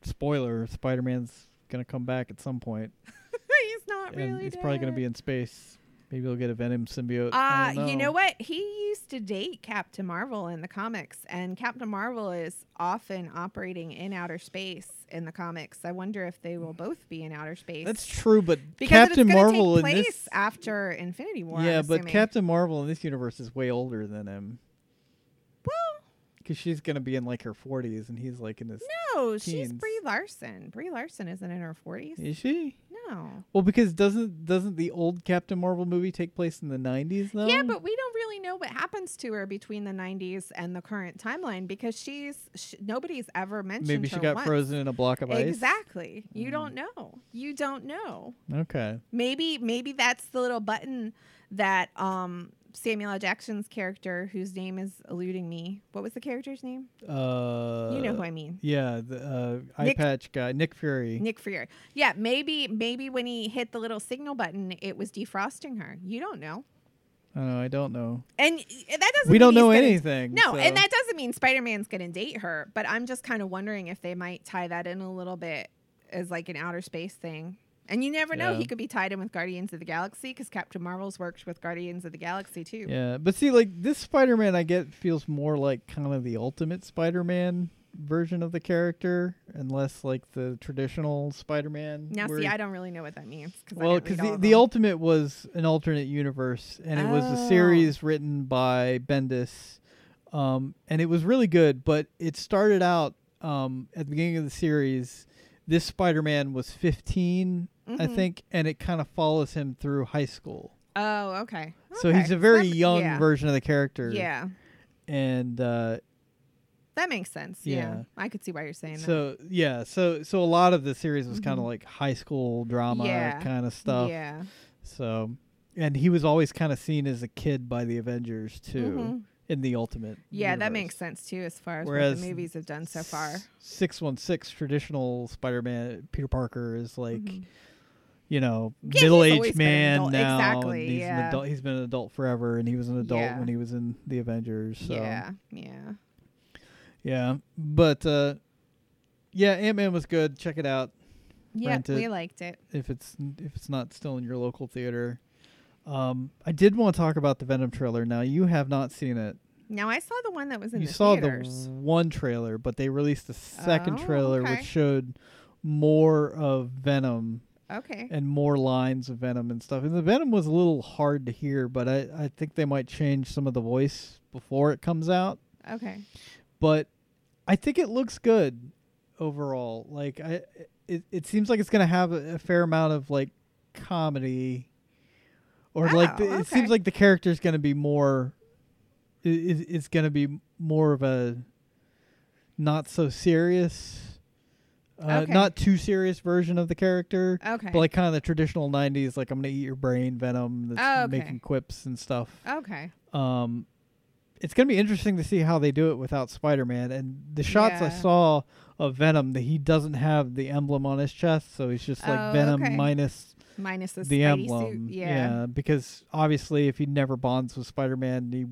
[SPEAKER 2] spoiler spider-man's gonna come back at some point
[SPEAKER 1] He's not really.
[SPEAKER 2] and he's probably going to be
[SPEAKER 1] dead.
[SPEAKER 2] in space. Maybe he'll get a Venom symbiote. I
[SPEAKER 1] Uh,
[SPEAKER 2] don't
[SPEAKER 1] you know what? He used to date Captain Marvel in the comics, and Captain Marvel is often operating in outer space in the comics. I wonder if they will both be in outer space.
[SPEAKER 2] That's true, but
[SPEAKER 1] because
[SPEAKER 2] Captain
[SPEAKER 1] it's gonna
[SPEAKER 2] Marvel
[SPEAKER 1] take place
[SPEAKER 2] in this.
[SPEAKER 1] after Infinity War.
[SPEAKER 2] yeah,
[SPEAKER 1] I'm
[SPEAKER 2] but
[SPEAKER 1] assuming.
[SPEAKER 2] Captain Marvel in this universe is way older than him
[SPEAKER 1] Well,
[SPEAKER 2] because she's going to be in like her 40s and he's like in his.
[SPEAKER 1] no, she's
[SPEAKER 2] Teens.
[SPEAKER 1] Brie Larson. Brie Larson isn't in her forties.
[SPEAKER 2] Is she?
[SPEAKER 1] No.
[SPEAKER 2] Well, because doesn't doesn't the old Captain Marvel movie take place in the 90s though?
[SPEAKER 1] Yeah, but we don't really know what happens to her between the '90s and the current timeline because she's sh- nobody's ever mentioned.
[SPEAKER 2] maybe she
[SPEAKER 1] her
[SPEAKER 2] got
[SPEAKER 1] once.
[SPEAKER 2] frozen in a block of ice.
[SPEAKER 1] Exactly. You
[SPEAKER 2] Mm.
[SPEAKER 1] don't know. You don't know.
[SPEAKER 2] Okay.
[SPEAKER 1] Maybe maybe that's the little button that um Samuel L. Jackson's character, whose name is eluding me. What was the character's name?
[SPEAKER 2] Uh,
[SPEAKER 1] you know who I mean.
[SPEAKER 2] Yeah, the uh, eye
[SPEAKER 1] Nick-
[SPEAKER 2] patch guy, Nick Fury.
[SPEAKER 1] Nick Fury. Yeah, maybe maybe when he hit the little signal button, it was defrosting her. You don't know,
[SPEAKER 2] I don't know. I don't know.
[SPEAKER 1] and y- that doesn't.
[SPEAKER 2] We
[SPEAKER 1] mean
[SPEAKER 2] don't
[SPEAKER 1] he's
[SPEAKER 2] know
[SPEAKER 1] gonna-
[SPEAKER 2] anything.
[SPEAKER 1] No, and
[SPEAKER 2] so-
[SPEAKER 1] that doesn't mean Spider Man's going to date her. But I'm just kind of wondering if they might tie that in a little bit as like an outer space thing. And you never know;
[SPEAKER 2] Yeah.
[SPEAKER 1] he could be tied in with Guardians of the Galaxy because Captain Marvel's worked with Guardians of the Galaxy too.
[SPEAKER 2] Yeah, but see, like this Spider-Man, I get feels more like kind of the ultimate Spider-Man version of the character, and less like the traditional Spider-Man.
[SPEAKER 1] Now,
[SPEAKER 2] where-
[SPEAKER 1] see, I don't really know what that means. Cause
[SPEAKER 2] well,
[SPEAKER 1] because
[SPEAKER 2] the, the ultimate was an alternate universe, and it was
[SPEAKER 1] Oh.
[SPEAKER 2] a series written by Bendis, um, and it was really good. But it started out um, at the beginning of the series. This Spider-Man was 15, I
[SPEAKER 1] Mhm.
[SPEAKER 2] think, and it kind of follows him through high school.
[SPEAKER 1] oh, okay.
[SPEAKER 2] So he's
[SPEAKER 1] Okay.
[SPEAKER 2] a very
[SPEAKER 1] That-
[SPEAKER 2] young
[SPEAKER 1] yeah.
[SPEAKER 2] version of the character.
[SPEAKER 1] Yeah,
[SPEAKER 2] and uh,
[SPEAKER 1] that makes sense. Yeah.
[SPEAKER 2] Yeah.
[SPEAKER 1] I could see why you're saying that.
[SPEAKER 2] so yeah, so so a lot of the series was kind of like high school drama
[SPEAKER 1] Yeah.
[SPEAKER 2] kind of stuff.
[SPEAKER 1] Yeah.
[SPEAKER 2] So, and he was always kind of seen as a kid by the Avengers too
[SPEAKER 1] Mhm.
[SPEAKER 2] in the Ultimate.
[SPEAKER 1] Yeah, that
[SPEAKER 2] universe.
[SPEAKER 1] makes sense too, as far as what
[SPEAKER 2] Whereas
[SPEAKER 1] the movies have done so far.
[SPEAKER 2] Six one six traditional Spider-Man Peter Parker is like
[SPEAKER 1] Mhm.
[SPEAKER 2] you know
[SPEAKER 1] Yeah, he's always
[SPEAKER 2] middle-aged
[SPEAKER 1] been an
[SPEAKER 2] man
[SPEAKER 1] adult.
[SPEAKER 2] now.
[SPEAKER 1] Exactly,
[SPEAKER 2] and he's
[SPEAKER 1] yeah.
[SPEAKER 2] an adult. He's been an adult forever, and he was an adult
[SPEAKER 1] Yeah.
[SPEAKER 2] when he was in the Avengers. So
[SPEAKER 1] Yeah, yeah.
[SPEAKER 2] yeah. but uh, yeah, Ant Man was good. Check it out.
[SPEAKER 1] Yeah,
[SPEAKER 2] Rent
[SPEAKER 1] we
[SPEAKER 2] it.
[SPEAKER 1] liked it.
[SPEAKER 2] if it's if it's not still in your local theater. Um, I did want to talk about the Venom trailer. Now you have not seen it.
[SPEAKER 1] Now I saw the one that was in
[SPEAKER 2] you
[SPEAKER 1] the
[SPEAKER 2] saw
[SPEAKER 1] theaters.
[SPEAKER 2] the one trailer, but they released the second
[SPEAKER 1] Oh,
[SPEAKER 2] trailer,
[SPEAKER 1] okay.
[SPEAKER 2] which showed more of Venom
[SPEAKER 1] okay.
[SPEAKER 2] and more lines of Venom and stuff. And the Venom was a little hard to hear, but I, I think they might change some of the voice before it comes out.
[SPEAKER 1] Okay.
[SPEAKER 2] But I think it looks good overall. Like I, it, it seems like it's gonna have a, a fair amount of like comedy, or like
[SPEAKER 1] Oh,
[SPEAKER 2] the, it
[SPEAKER 1] okay.
[SPEAKER 2] seems like the character's gonna be more. i- i- It's gonna be more of a not so serious, uh,
[SPEAKER 1] Okay.
[SPEAKER 2] not too serious version of the character.
[SPEAKER 1] Okay.
[SPEAKER 2] But like kind of the traditional '90s, like I'm gonna eat your brain, Venom, that's
[SPEAKER 1] Oh, okay.
[SPEAKER 2] making quips and stuff.
[SPEAKER 1] okay.
[SPEAKER 2] Um, it's gonna be interesting to see how they do it without Spider-Man. And the shots I
[SPEAKER 1] Yeah.
[SPEAKER 2] saw of Venom, that he doesn't have the emblem on his chest, so he's just like
[SPEAKER 1] Oh,
[SPEAKER 2] Venom
[SPEAKER 1] okay.
[SPEAKER 2] minus
[SPEAKER 1] Minus the,
[SPEAKER 2] the,
[SPEAKER 1] Spidey
[SPEAKER 2] emblem.
[SPEAKER 1] suit. Yeah.
[SPEAKER 2] because obviously, if he never bonds with Spider-Man, he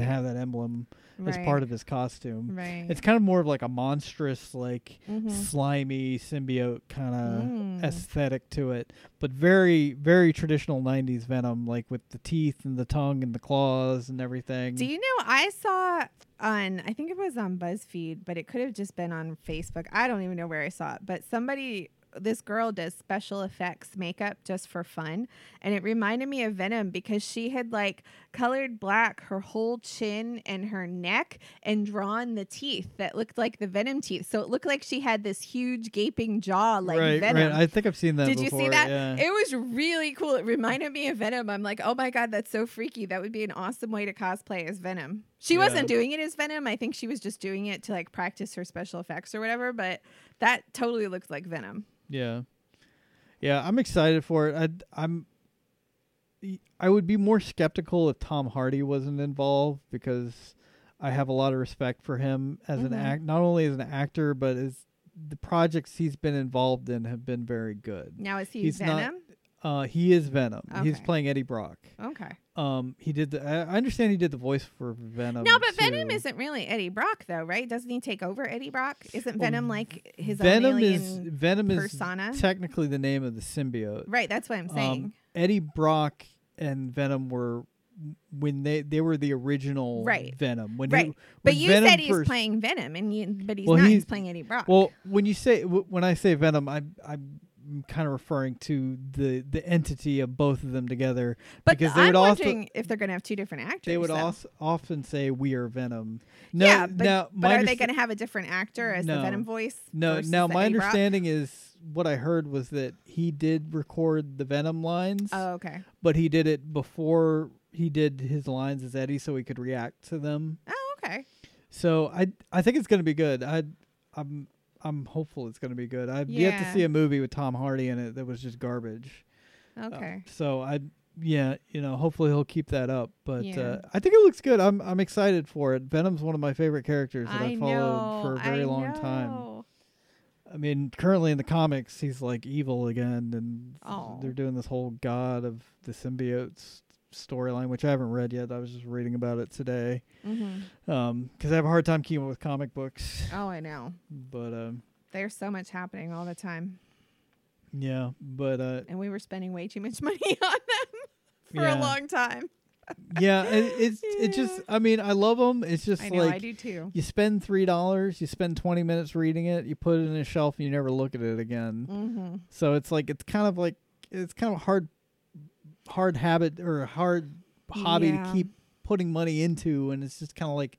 [SPEAKER 1] Right.
[SPEAKER 2] have that emblem
[SPEAKER 1] Right.
[SPEAKER 2] as part of his costume.
[SPEAKER 1] Right.
[SPEAKER 2] It's kind of more of like a monstrous, like
[SPEAKER 1] Mhm.
[SPEAKER 2] slimy symbiote kind of
[SPEAKER 1] Mm.
[SPEAKER 2] aesthetic to it, but very, very traditional '90s Venom, like with the teeth and the tongue and the claws and everything.
[SPEAKER 1] Do you know I saw on I think it was on BuzzFeed, but it could have just been on Facebook. I don't even know where I saw it, but somebody this girl does special effects makeup just for fun and it reminded me of Venom because she had like colored black her whole chin and her neck and drawn the teeth that looked like the Venom teeth. So it looked like she had this huge gaping jaw like
[SPEAKER 2] right,
[SPEAKER 1] Venom.
[SPEAKER 2] right. I think I've seen that.
[SPEAKER 1] Did
[SPEAKER 2] before,
[SPEAKER 1] you see that?
[SPEAKER 2] Yeah.
[SPEAKER 1] It was really cool. It reminded me of Venom. I'm like, oh my god, that's so freaky. That would be an awesome way to cosplay as Venom. She
[SPEAKER 2] Yeah.
[SPEAKER 1] wasn't doing it as Venom. I think she was just doing it to like practice her special effects or whatever. But that totally looks like Venom.
[SPEAKER 2] yeah, yeah. I'm excited for it. I, I'm. I would be more skeptical if Tom Hardy wasn't involved because I have a lot of respect for him as an
[SPEAKER 1] Mhm.
[SPEAKER 2] act, not only as an actor, but as the projects he's been involved in have been very good.
[SPEAKER 1] Now is he
[SPEAKER 2] He's not-
[SPEAKER 1] Venom?
[SPEAKER 2] Uh, he is Venom. He's
[SPEAKER 1] Okay.
[SPEAKER 2] playing Eddie Brock.
[SPEAKER 1] okay.
[SPEAKER 2] Um, he did. The, I I understand he did the voice for Venom.
[SPEAKER 1] no, but
[SPEAKER 2] too.
[SPEAKER 1] Venom isn't really Eddie Brock though, right? Doesn't he take over Eddie Brock? Isn't
[SPEAKER 2] Well,
[SPEAKER 1] Venom like his
[SPEAKER 2] Oh, Venom
[SPEAKER 1] own
[SPEAKER 2] is
[SPEAKER 1] alien
[SPEAKER 2] Venom is
[SPEAKER 1] persona?
[SPEAKER 2] technically the name of the symbiote.
[SPEAKER 1] right. That's what I'm
[SPEAKER 2] Um,
[SPEAKER 1] saying.
[SPEAKER 2] Eddie Brock and Venom were when they they were the original
[SPEAKER 1] Right.
[SPEAKER 2] Venom. When
[SPEAKER 1] Right.
[SPEAKER 2] He,
[SPEAKER 1] but
[SPEAKER 2] when
[SPEAKER 1] you
[SPEAKER 2] Venom
[SPEAKER 1] said he's
[SPEAKER 2] first-
[SPEAKER 1] playing Venom, and you, but he's
[SPEAKER 2] Well,
[SPEAKER 1] not. He's,
[SPEAKER 2] he's-
[SPEAKER 1] playing Eddie Brock.
[SPEAKER 2] Well, when you say w- when I say Venom, I I'm kind of referring to the the entity of both of them together
[SPEAKER 1] But
[SPEAKER 2] because they
[SPEAKER 1] I'm
[SPEAKER 2] would also
[SPEAKER 1] wondering if they're going to have two different actors.
[SPEAKER 2] they would
[SPEAKER 1] though.
[SPEAKER 2] also often say we are Venom. No,
[SPEAKER 1] yeah, but,
[SPEAKER 2] now,
[SPEAKER 1] but
[SPEAKER 2] my
[SPEAKER 1] are they
[SPEAKER 2] understa-
[SPEAKER 1] going to have a different actor as the
[SPEAKER 2] No.
[SPEAKER 1] Venom voice?
[SPEAKER 2] No,
[SPEAKER 1] versus
[SPEAKER 2] now
[SPEAKER 1] the
[SPEAKER 2] my
[SPEAKER 1] Eddie Brock?
[SPEAKER 2] understanding is what I heard was that he did record the Venom lines,
[SPEAKER 1] Oh, okay.
[SPEAKER 2] but he did it before he did his lines as Eddie, so he could react to them.
[SPEAKER 1] Oh, okay.
[SPEAKER 2] So I I think it's gonna be good. I I'm I'm hopeful it's gonna be good. I've yet
[SPEAKER 1] Yeah.
[SPEAKER 2] to see a movie with Tom Hardy in it that was just garbage. Uh,
[SPEAKER 1] Okay.
[SPEAKER 2] so I yeah you know hopefully he'll keep that up, but
[SPEAKER 1] Yeah.
[SPEAKER 2] uh, I think it looks good. I'm I'm excited for it. Venom's one of my favorite characters that
[SPEAKER 1] I
[SPEAKER 2] have followed
[SPEAKER 1] know.
[SPEAKER 2] for a very
[SPEAKER 1] I
[SPEAKER 2] long time.
[SPEAKER 1] know.
[SPEAKER 2] I mean, currently in the comics, he's like evil again, and
[SPEAKER 1] Oh.
[SPEAKER 2] they're doing this whole god of the symbiotes storyline, which I haven't read yet. I was just reading about it today
[SPEAKER 1] Mhm.
[SPEAKER 2] because I have a hard time keeping up with comic books.
[SPEAKER 1] Oh, I know.
[SPEAKER 2] But um,
[SPEAKER 1] There's so much happening all the time,
[SPEAKER 2] yeah, but uh,
[SPEAKER 1] and we were spending way too much money on them for a
[SPEAKER 2] yeah,
[SPEAKER 1] long time.
[SPEAKER 2] yeah, it, it's it just. I mean, I love them. It's just
[SPEAKER 1] I know.
[SPEAKER 2] like
[SPEAKER 1] I do too.
[SPEAKER 2] you spend three dollars, you spend twenty minutes reading it, you put it in a shelf, and you never look at it again.
[SPEAKER 1] Mm-hmm.
[SPEAKER 2] So it's like it's kind of like it's kind of a hard, hard habit or a hard hobby
[SPEAKER 1] Yeah.
[SPEAKER 2] to keep putting money into, and it's just kind of like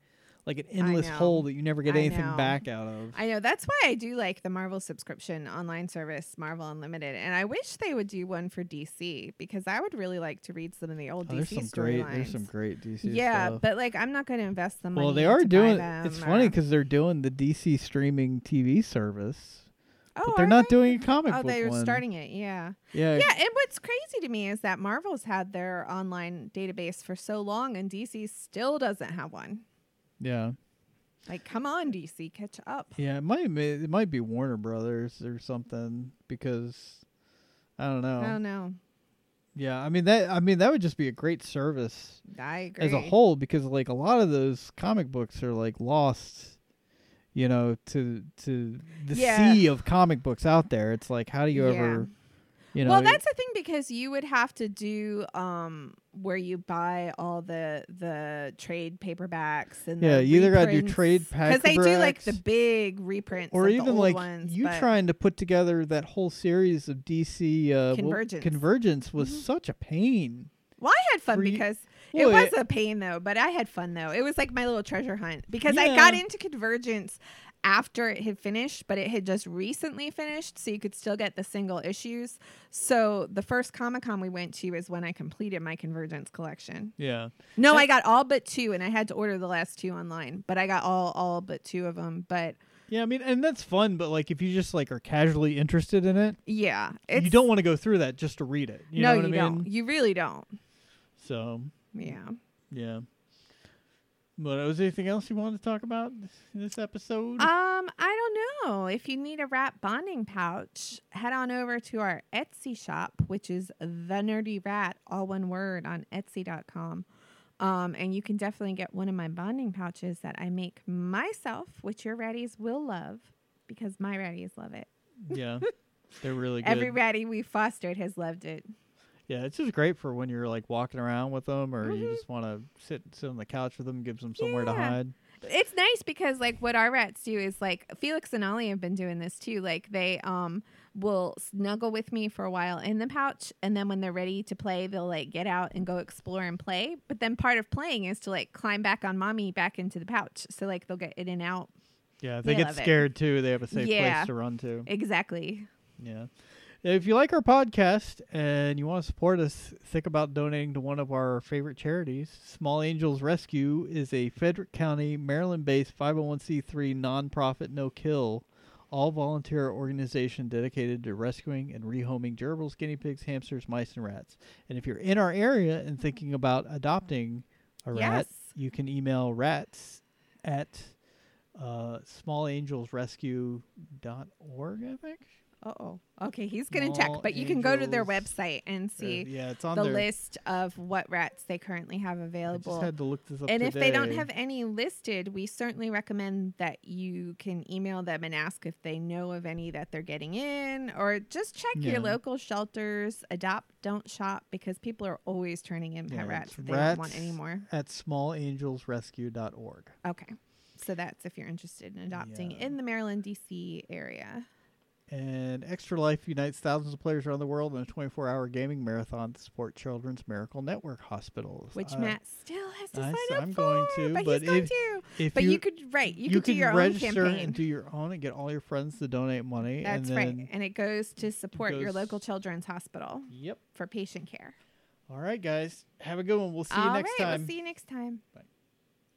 [SPEAKER 2] like an endless
[SPEAKER 1] know.
[SPEAKER 2] hole that you never get
[SPEAKER 1] I
[SPEAKER 2] anything
[SPEAKER 1] know.
[SPEAKER 2] back out of.
[SPEAKER 1] I know. That's why I do like the Marvel subscription online service, Marvel Unlimited. And I wish they would do one for DC because I would really like to read some of the old
[SPEAKER 2] Oh,
[SPEAKER 1] DC
[SPEAKER 2] there's some great,
[SPEAKER 1] storylines.
[SPEAKER 2] there's some great DC
[SPEAKER 1] yeah,
[SPEAKER 2] stuff.
[SPEAKER 1] but like I'm not going to invest the money.
[SPEAKER 2] well, they
[SPEAKER 1] to
[SPEAKER 2] are
[SPEAKER 1] buy
[SPEAKER 2] doing.
[SPEAKER 1] them
[SPEAKER 2] It's
[SPEAKER 1] or-
[SPEAKER 2] funny because they're doing the DC streaming TV service,
[SPEAKER 1] oh,
[SPEAKER 2] but they're
[SPEAKER 1] are
[SPEAKER 2] not
[SPEAKER 1] they?
[SPEAKER 2] doing a comic
[SPEAKER 1] Oh,
[SPEAKER 2] book
[SPEAKER 1] they're
[SPEAKER 2] one.
[SPEAKER 1] starting it. Yeah,
[SPEAKER 2] Yeah,
[SPEAKER 1] yeah. And what's crazy to me is that Marvel's had their online database for so long, and DC still doesn't have one.
[SPEAKER 2] yeah,
[SPEAKER 1] Like, come on, DC, catch up.
[SPEAKER 2] yeah. It might be- it might be Warner Brothers or something because I don't know.
[SPEAKER 1] I don't know.
[SPEAKER 2] Yeah, I mean that. I mean that would just be a great service
[SPEAKER 1] I agree.
[SPEAKER 2] as a whole because like a lot of those comic books are like lost, you know, to to the
[SPEAKER 1] Yeah.
[SPEAKER 2] sea of comic books out there. It's like how do you
[SPEAKER 1] Yeah.
[SPEAKER 2] ever? You know,
[SPEAKER 1] well, that's the thing because you would have to do um where you buy all the the trade paperbacks and
[SPEAKER 2] Yeah,
[SPEAKER 1] the
[SPEAKER 2] you either gotta do trade
[SPEAKER 1] because they do like the
[SPEAKER 2] paperbacks,
[SPEAKER 1] big reprints
[SPEAKER 2] or
[SPEAKER 1] of the
[SPEAKER 2] even
[SPEAKER 1] old
[SPEAKER 2] like
[SPEAKER 1] ones,
[SPEAKER 2] you
[SPEAKER 1] but-
[SPEAKER 2] trying to put together that whole series of DC uh, wo-
[SPEAKER 1] Convergence. Mm-hmm.
[SPEAKER 2] Convergence was such a pain.
[SPEAKER 1] Well, I had fun
[SPEAKER 2] Free-
[SPEAKER 1] because
[SPEAKER 2] Well,
[SPEAKER 1] it was
[SPEAKER 2] it-
[SPEAKER 1] a pain though, but I had fun though. It was like my little treasure hunt because I got
[SPEAKER 2] Yeah.
[SPEAKER 1] into Convergence after it had finished, but it had just recently finished, so you could still get the single issues. So the first Comic Con we went to is when I completed my Convergence collection.
[SPEAKER 2] Yeah.
[SPEAKER 1] No,
[SPEAKER 2] Yeah.
[SPEAKER 1] I got all but two, and I had to order the last two online, but I got all all but two of them. But
[SPEAKER 2] Yeah, I mean, and that's fun, but like if you just like are casually interested in it,
[SPEAKER 1] yeah, it's,
[SPEAKER 2] you don't want to go through that just to read it. You
[SPEAKER 1] no,
[SPEAKER 2] know what
[SPEAKER 1] you
[SPEAKER 2] I mean?
[SPEAKER 1] don't. You really don't.
[SPEAKER 2] So
[SPEAKER 1] Yeah.
[SPEAKER 2] yeah. But was there anything else you wanted to talk about in this episode?
[SPEAKER 1] Um, I don't know. If you need a wrap bonding pouch, head on over to our Etsy shop, which is the Nerdy Rat, all one word on Etsy.com. Um, and you can definitely get one of my bonding pouches that I make myself, which your ratties will love because my ratties love it.
[SPEAKER 2] yeah, they're really good.
[SPEAKER 1] Every ratty we fostered has loved it.
[SPEAKER 2] yeah, it's just great for when you're like walking around with them, or you
[SPEAKER 1] Mhm.
[SPEAKER 2] just want to sit sit on the couch with them, gives them somewhere to
[SPEAKER 1] Yeah.
[SPEAKER 2] hide.
[SPEAKER 1] it's nice because like what our rats do is like Felix and Ollie have been doing this too. Like they um will snuggle with me for a while in the pouch, and then when they're ready to play, they'll like get out and go explore and play. But then part of playing is to like climb back on mommy back into the pouch. So like they'll get in and out.
[SPEAKER 2] Yeah, if they,
[SPEAKER 1] They
[SPEAKER 2] get
[SPEAKER 1] love it.
[SPEAKER 2] scared too, they have a safe
[SPEAKER 1] Yeah.
[SPEAKER 2] place to run to.
[SPEAKER 1] Exactly.
[SPEAKER 2] Yeah. If you like our podcast and you want to support us, think about donating to one of our favorite charities. Small Angels Rescue is a Frederick County, Maryland based 501c3 nonprofit no kill, all volunteer organization dedicated to rescuing and rehoming gerbils, guinea pigs, hamsters, mice, and rats. And if you're in our area and thinking about adopting a rat,
[SPEAKER 1] Yes.
[SPEAKER 2] you can email rats at uh, smallangelsrescue.org, I think.
[SPEAKER 1] Uh oh. Okay, he's gonna
[SPEAKER 2] Small
[SPEAKER 1] check, but you can go to their
[SPEAKER 2] angels.
[SPEAKER 1] website and
[SPEAKER 2] Uh,
[SPEAKER 1] see
[SPEAKER 2] yeah, it's on
[SPEAKER 1] the
[SPEAKER 2] there.
[SPEAKER 1] list of what rats they currently have
[SPEAKER 2] I
[SPEAKER 1] available.
[SPEAKER 2] just had to look this up.
[SPEAKER 1] and if they don't
[SPEAKER 2] today.
[SPEAKER 1] have any listed, we certainly recommend that you can email them and ask if they know of any that they're getting in, or just check
[SPEAKER 2] Yeah.
[SPEAKER 1] your local shelters. Adopt, don't shop, because people are always turning in
[SPEAKER 2] Yeah,
[SPEAKER 1] pet rats
[SPEAKER 2] it's
[SPEAKER 1] that they don't want
[SPEAKER 2] rats.
[SPEAKER 1] anymore.
[SPEAKER 2] at smallangelsrescue.org.
[SPEAKER 1] Okay, so that's if you're interested in adopting
[SPEAKER 2] Yeah.
[SPEAKER 1] in the Maryland D.C. area.
[SPEAKER 2] And Extra Life unites thousands of players around the world in a 24-hour gaming marathon to support Children's Miracle Network hospitals.
[SPEAKER 1] Which
[SPEAKER 2] Uh,
[SPEAKER 1] Matt still has to
[SPEAKER 2] I
[SPEAKER 1] sign
[SPEAKER 2] s-
[SPEAKER 1] up
[SPEAKER 2] I'm
[SPEAKER 1] for,
[SPEAKER 2] going to,
[SPEAKER 1] but,
[SPEAKER 2] but
[SPEAKER 1] he's going
[SPEAKER 2] if-
[SPEAKER 1] to.
[SPEAKER 2] if
[SPEAKER 1] But
[SPEAKER 2] you,
[SPEAKER 1] you, could right, you, could do
[SPEAKER 2] can
[SPEAKER 1] your own
[SPEAKER 2] register
[SPEAKER 1] campaign.
[SPEAKER 2] and do your own and get all your friends to donate money.
[SPEAKER 1] That's
[SPEAKER 2] and then,
[SPEAKER 1] right, and it goes to support your
[SPEAKER 2] goes-
[SPEAKER 1] local children's hospital
[SPEAKER 2] Yep.
[SPEAKER 1] for patient care.
[SPEAKER 2] All right, guys. Have a good one. We'll see you
[SPEAKER 1] All
[SPEAKER 2] next
[SPEAKER 1] right,
[SPEAKER 2] time.
[SPEAKER 1] We'll see you next time.
[SPEAKER 2] Bye.